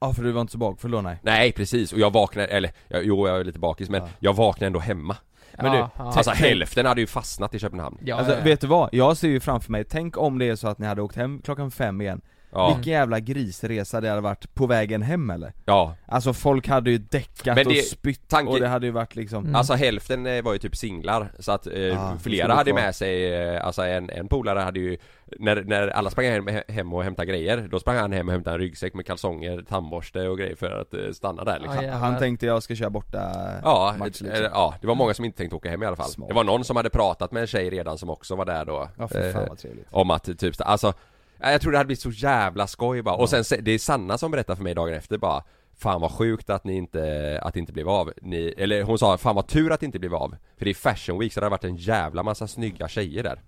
S6: ja för du var inte så bakfull då nej
S1: Nej precis, och jag vaknade, eller jag, jo jag är lite bakis men
S6: Ja.
S1: jag vaknade ändå hemma
S6: Men
S3: ja,
S6: du,
S3: ja.
S1: Alltså hälften hade ju fastnat i Köpenhamn
S3: ja,
S6: Alltså
S3: ja.
S6: vet du vad? Jag ser ju framför mig, tänk om det är så att ni hade åkt hem klockan fem igen
S1: Ja,
S6: Vilken jävla grisresa det hade varit på vägen hem eller?
S1: ja
S6: Alltså folk hade ju däckat
S1: Men det-
S6: och spytt
S1: tanke-
S6: och det hade ju varit liksom
S3: Mm.
S1: Alltså hälften eh, var ju typ singlar, så att eh,
S6: Ah,
S1: flera
S6: så
S1: hade
S6: bra.
S1: med sig, eh, alltså en, en polare hade ju när, när alla sprang hem, hem och hämtade grejer, då sprang han hem och hämtade en ryggsäck med kalsonger, tandborste och grejer för att eh, stanna
S6: Ah,
S1: där liksom.
S3: Ja,
S1: ja.
S3: jävlar.
S6: Han tänkte jag ska köra borta match
S1: eh,
S6: liksom.
S1: ja, det var många som inte tänkte åka hem i alla fall.
S6: Smart.
S1: Det var någon som hade pratat med en tjej redan som också var där då.
S6: Ja för fan
S1: eh,
S6: vad trevligt
S1: om att typ, alltså ja, Jag tror det hade blivit så jävla skoj bara, och sen se- det är Sanna som berättar för mig dagen efter bara Fan vad sjukt att ni inte, att det inte blev av ni, Eller hon sa, fan vad tur att det inte blev av För det är fashion week så det har varit en jävla massa snygga tjejer där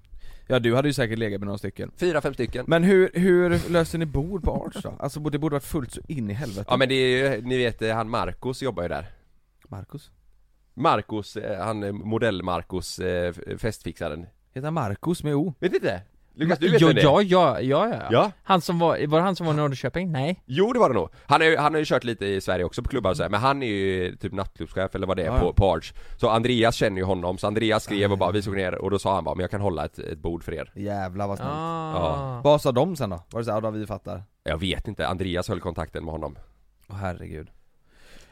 S6: Ja du hade ju säkert legat med några stycken
S1: Fyra, fem stycken
S6: Men hur, hur löser ni bord på Arts då? Alltså det borde varit fullt så in i helvete
S1: Ja men det är ju, ni vet eh, han Marcos jobbar ju där
S6: Marcus?
S1: Marcos, eh, han eh, modell-Marcos, eh, f- festfixaren
S6: Heter han Marcus med O?
S1: Vet inte? Lukas du vet
S3: ja,
S1: vem det är?
S3: ja, ja, ja, ja,
S1: Ja.
S3: Han som var, var det han som var i Norrköping? Nej?
S1: Jo det var det nog. Han, är, ju- han har ju kört lite i Sverige också på klubbar och så här, men han är ju typ nattklubbschef eller vad det är på, på Arch. Så Andreas känner ju honom, så Andreas skrev och bara vi såg ner och då sa han bara men jag kan hålla ett, ett bord för er.
S6: Jävlar vad snällt
S3: Ah.
S6: Vad sa de sen då? Var det såhär, ja då, vi fattar?
S1: Jag vet inte, Andreas höll kontakten med honom.
S6: Åh herregud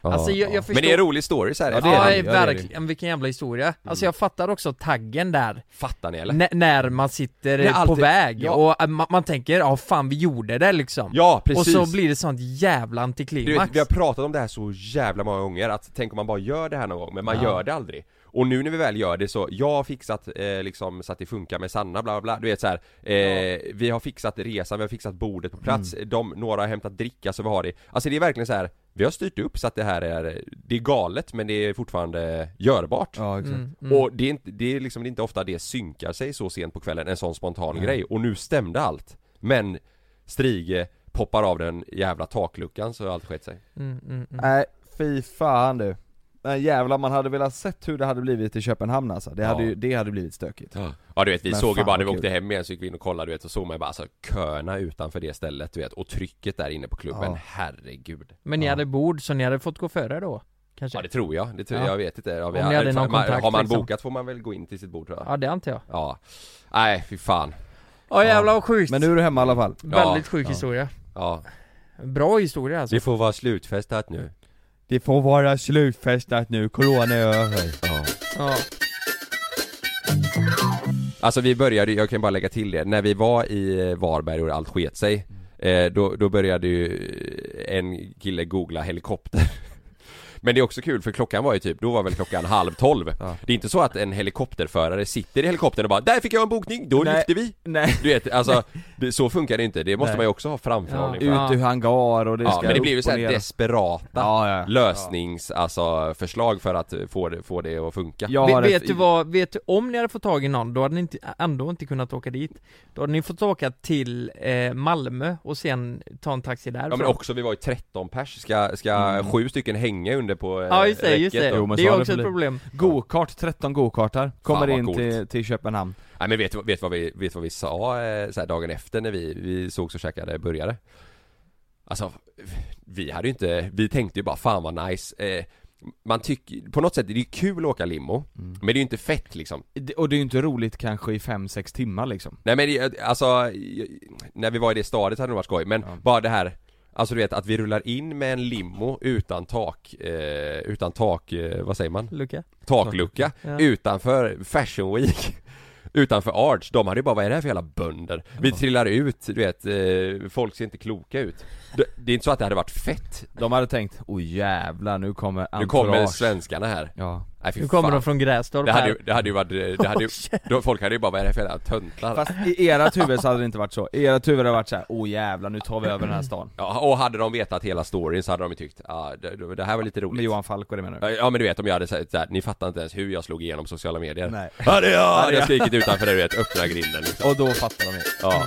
S1: Ja.
S3: Alltså, jag- jag
S1: Men det är
S3: förstår-
S1: en rolig story så här.
S6: Ja, det är
S3: Ja,
S6: det. Ja, det är det.
S3: verkligen, vilken jävla historia. Alltså jag fattar också taggen där,
S1: Fattar ni eller?
S3: när, när man sitter
S1: Det är
S3: eh, på
S1: alltid-
S3: väg
S1: Ja.
S3: och eh, man, man tänker ja fan vi gjorde det liksom.
S1: Ja precis!
S3: Och så blir det sånt jävla
S1: du vet,
S3: antiklimax.
S1: vi har pratat om det här så jävla många gånger att tänk om man bara gör det här någon gång, men man
S3: Ja.
S1: gör det aldrig Och nu när vi väl gör det så, jag har fixat eh, liksom så att det funkar med Sanna bla bla, bla. du vet så här, eh, Vi har fixat resan, vi har fixat bordet på plats, de, några har hämtat dricka så vi har det Alltså det är verkligen så här. vi har styrt upp så att det här är, det är galet men det är fortfarande görbart
S6: Ja exakt
S3: Mm, mm.
S1: Och det är, inte, det är liksom det är inte ofta det synkar sig så sent på kvällen, en sån spontan grej. Och nu stämde allt. Men Strige poppar av den jävla takluckan så har allt skett sig.
S3: Mm, mm, mm.
S6: Nej, fy fan du Men jävlar man hade velat sett hur det hade blivit i Köpenhamn alltså, det hade
S1: Ja.
S6: ju, det hade blivit stökigt
S1: Ja du vet, vi
S6: Men
S1: såg ju
S6: fan
S1: bara när vi
S6: vad
S1: åkte
S6: kul.
S1: hem igen så gick vi in och kollade du vet, och såg man ju bara alltså köerna utanför det stället du vet och trycket där inne på klubben,
S6: Ja.
S1: herregud.
S3: Men ni
S6: Ja.
S3: hade bord så ni hade fått gå före då? Kanske?
S1: Ja det tror jag, det tror,
S3: Ja.
S1: jag vet inte. Ja, vi
S3: Om ni hade någon
S1: man,
S3: kontakt,
S1: har man
S3: liksom.
S1: bokat får man väl gå in till sitt bord tror jag. Ja.
S3: Ja, det antar jag.
S1: Nej fy fan.
S3: Ja jävlar vad sjukt!
S6: Men nu är du hemma i alla fall
S3: Väldigt
S1: Ja,
S3: sjuk
S6: ja.
S3: historia.
S1: Ja.
S3: Alltså- Bra historia alltså.
S1: Det får vara slutfestat nu.
S6: Det får vara slutfestat nu, corona är över
S1: Ja.
S3: Ja.
S1: Alltså vi började, jag kan bara lägga till det, när vi var i eh, Varberg och allt sket sig
S6: Mm.
S1: eh, då, då började ju eh, en kille googla helikopter Men det är också kul för klockan var ju typ, då var väl klockan halv tolv
S6: Ja.
S1: Det är inte så att en helikopterförare sitter i helikoptern och bara 'Där fick jag en bokning, då
S6: Nej.
S1: lyfter vi'
S6: Nej,
S1: Du vet, alltså det, så funkar det inte, det måste
S6: Nej.
S1: man ju också ha framförhållning
S3: Ja.
S1: för
S6: ut ur hangar och
S1: Liksom.
S6: det
S1: Ja
S6: ska
S1: men det
S6: upp
S1: blir ju
S6: och
S1: såhär
S6: ner.
S1: desperata
S6: ja, ja.
S1: lösnings, alltså förslag för att få det, få det att funka
S6: Jag har
S3: Vet,
S6: ett-
S3: vet du vad, vet du, om ni hade fått tag i någon, då hade ni inte, ändå inte kunnat åka dit Då hade ni fått åka till eh, Malmö och sen ta en taxi därifrån
S1: Ja men också, vi var ju 13 pers, ska, ska sju stycken hänga under på eh,
S3: Mm. Ja just det, just det.
S1: räcket då?
S6: Jo, men
S3: det
S6: så
S3: är
S6: har
S3: också
S6: det
S3: ett
S6: blivit.
S3: problem
S6: Gokart, 13 gokartar, kommer
S1: Fan, vad
S6: in
S1: coolt.
S6: till, till Köpenhamn
S1: Nej men vet du vet vad, vi, vet vad vi sa eh, så här dagen efter när vi, vi såg och käkade burgare? Alltså, vi hade ju inte, vi tänkte ju bara fan vad nice eh, Man tycker, på något sätt, det är ju kul att åka limo, men det är ju inte fett liksom
S6: Mm. Det- Och det är ju inte roligt kanske i 5-6 timmar liksom
S1: Nej men det- alltså, när vi var i det stadiet hade det varit skoj, men
S6: Ja.
S1: bara det här Alltså du vet att vi rullar in med en limo utan tak, eh, utan tak, eh, vad säger man?
S3: Luca
S1: taklucka
S3: Ja.
S1: utanför Fashion Week Utanför Arch, de hade ju bara vad är det här för jävla bönder? Vi trillar ut, du vet, eh, folk ser inte kloka ut Det- Det är inte så att det hade varit fett,
S6: De hade tänkt, oh jävlar nu kommer
S1: nu kommer
S6: entourage."
S1: svenskarna här
S6: Ja
S1: Nej fy
S3: Nu kommer de
S1: fan
S3: från Grästorp
S1: det hade, ju,
S3: här.
S1: det hade ju varit, eh, det hade ju, då, folk hade ju bara vad är det här för jävla töntar?
S6: Fast i ert huvud så hade det inte varit så, i ert huvud hade det varit såhär, oh jävlar nu tar vi över den här stan
S1: Ja, och hade de vetat hela storyn så hade de ju tyckt, ah, det, det här var lite roligt
S6: Med Johan Falk och det menar du?
S1: Ja, Ja men du vet om jag hade sagt såhär, ni fattar inte ens hur jag slog igenom sociala medier
S6: Nej.
S1: Ja det är jag! Hade jag
S6: jag.
S1: skrikit utanför där du vet, öppna grinden liksom
S6: Och då fattar de ju
S1: Ja.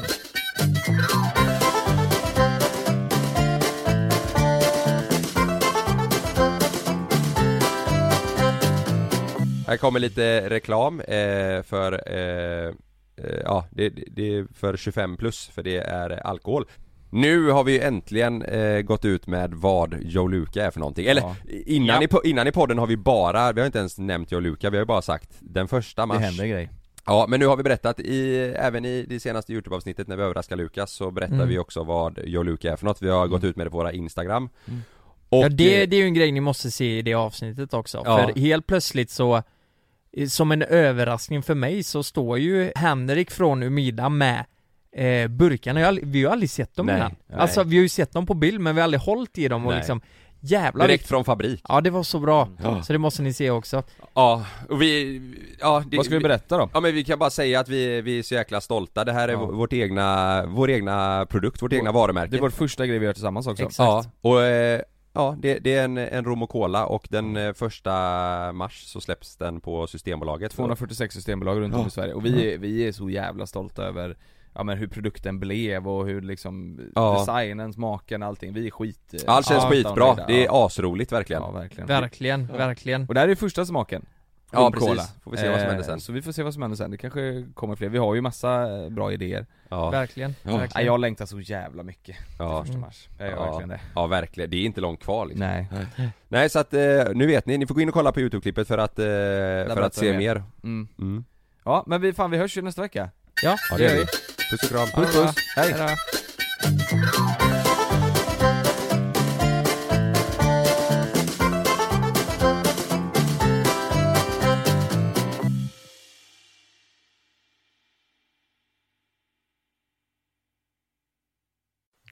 S1: Här kommer lite reklam eh, för eh, eh, Ja, det, det- det är för 25 plus för det är alkohol Nu har vi ju äntligen eh, gått ut med vad Joe Luca är för någonting, eller
S6: Ja.
S1: innan, i, po- innan i podden har vi bara, vi har inte ens nämnt Joe Luca, vi har ju bara sagt den första mars
S6: Det händer grejer
S1: Ja, men nu har vi berättat i, även i det senaste Youtube-avsnittet när vi överraskar Lukas så berättar
S3: Mm.
S1: vi också vad jag och Luka är för något. Vi har gått ut med det på våra Instagram.
S6: Mm.
S1: Och,
S3: Ja det,
S1: eh,
S3: det är ju en grej ni måste se i det avsnittet också,
S1: Ja.
S3: för helt plötsligt så eh, Som en överraskning för mig så står ju Henrik från Umida med eh, burkarna, jag, har aldrig- vi har ju aldrig sett dem
S1: Nej,
S3: innan
S1: nej.
S3: Alltså vi har ju sett dem på bild men vi har aldrig hållit i dem och
S1: Nej.
S3: liksom Jävlar
S1: direkt från fabrik.
S3: Ja det var så bra,
S1: Ja.
S3: så det måste ni se också
S1: Ja, och vi... Ja, det,
S6: Vad ska vi berätta då?
S1: Ja men vi kan bara säga att vi, vi är så jäkla stolta. Det här är
S6: Ja.
S1: vår- vårt egna, vår egna produkt, vårt egna varumärke.
S6: Det är vår första grej vi gör tillsammans också
S1: Ja, och eh, ja, det, det är en, en rom och cola och den eh, första mars så släpps den på Systembolaget.
S6: 246 systembolag runt om i Sverige och vi är, vi är så jävla stolta över ja men hur produkten blev och hur liksom
S1: Ja.
S6: designen, smaken, allting, vi är skit eh,
S1: Allt känns
S6: ja,
S1: skitbra,
S6: där.
S1: det
S6: ja.
S1: är asroligt verkligen
S6: Ja verkligen.
S3: Verkligen, verkligen
S6: Och det här är första smaken
S1: Ja,
S6: Rum
S1: precis.
S6: Cola. Eh,
S1: Får vi se vad som händer sen.
S6: Så vi får se vad som händer sen, det kanske kommer fler, vi har ju massa eh, bra idéer
S1: Ja,
S3: Verkligen,
S1: Ja.
S6: Nej,
S3: verkligen
S6: jag längtar så jävla mycket
S1: ja,
S6: första mars, jag gör
S1: Ja.
S6: verkligen det
S1: ja verkligen, det är inte långt kvar liksom.
S6: Nej,
S1: Nej så att, eh, nu vet ni, ni får gå in och kolla på youtube-klippet för att, eh, för att
S6: berättar
S1: se
S6: vi
S1: mer
S6: mm.
S1: mm.
S6: Ja men vi, fan vi hörs ju nästa vecka
S3: Ja,
S1: Ja
S3: det gör
S1: vi.
S3: vi
S1: Puss och kram,
S6: Puss, puss. Hej.
S3: Hej då.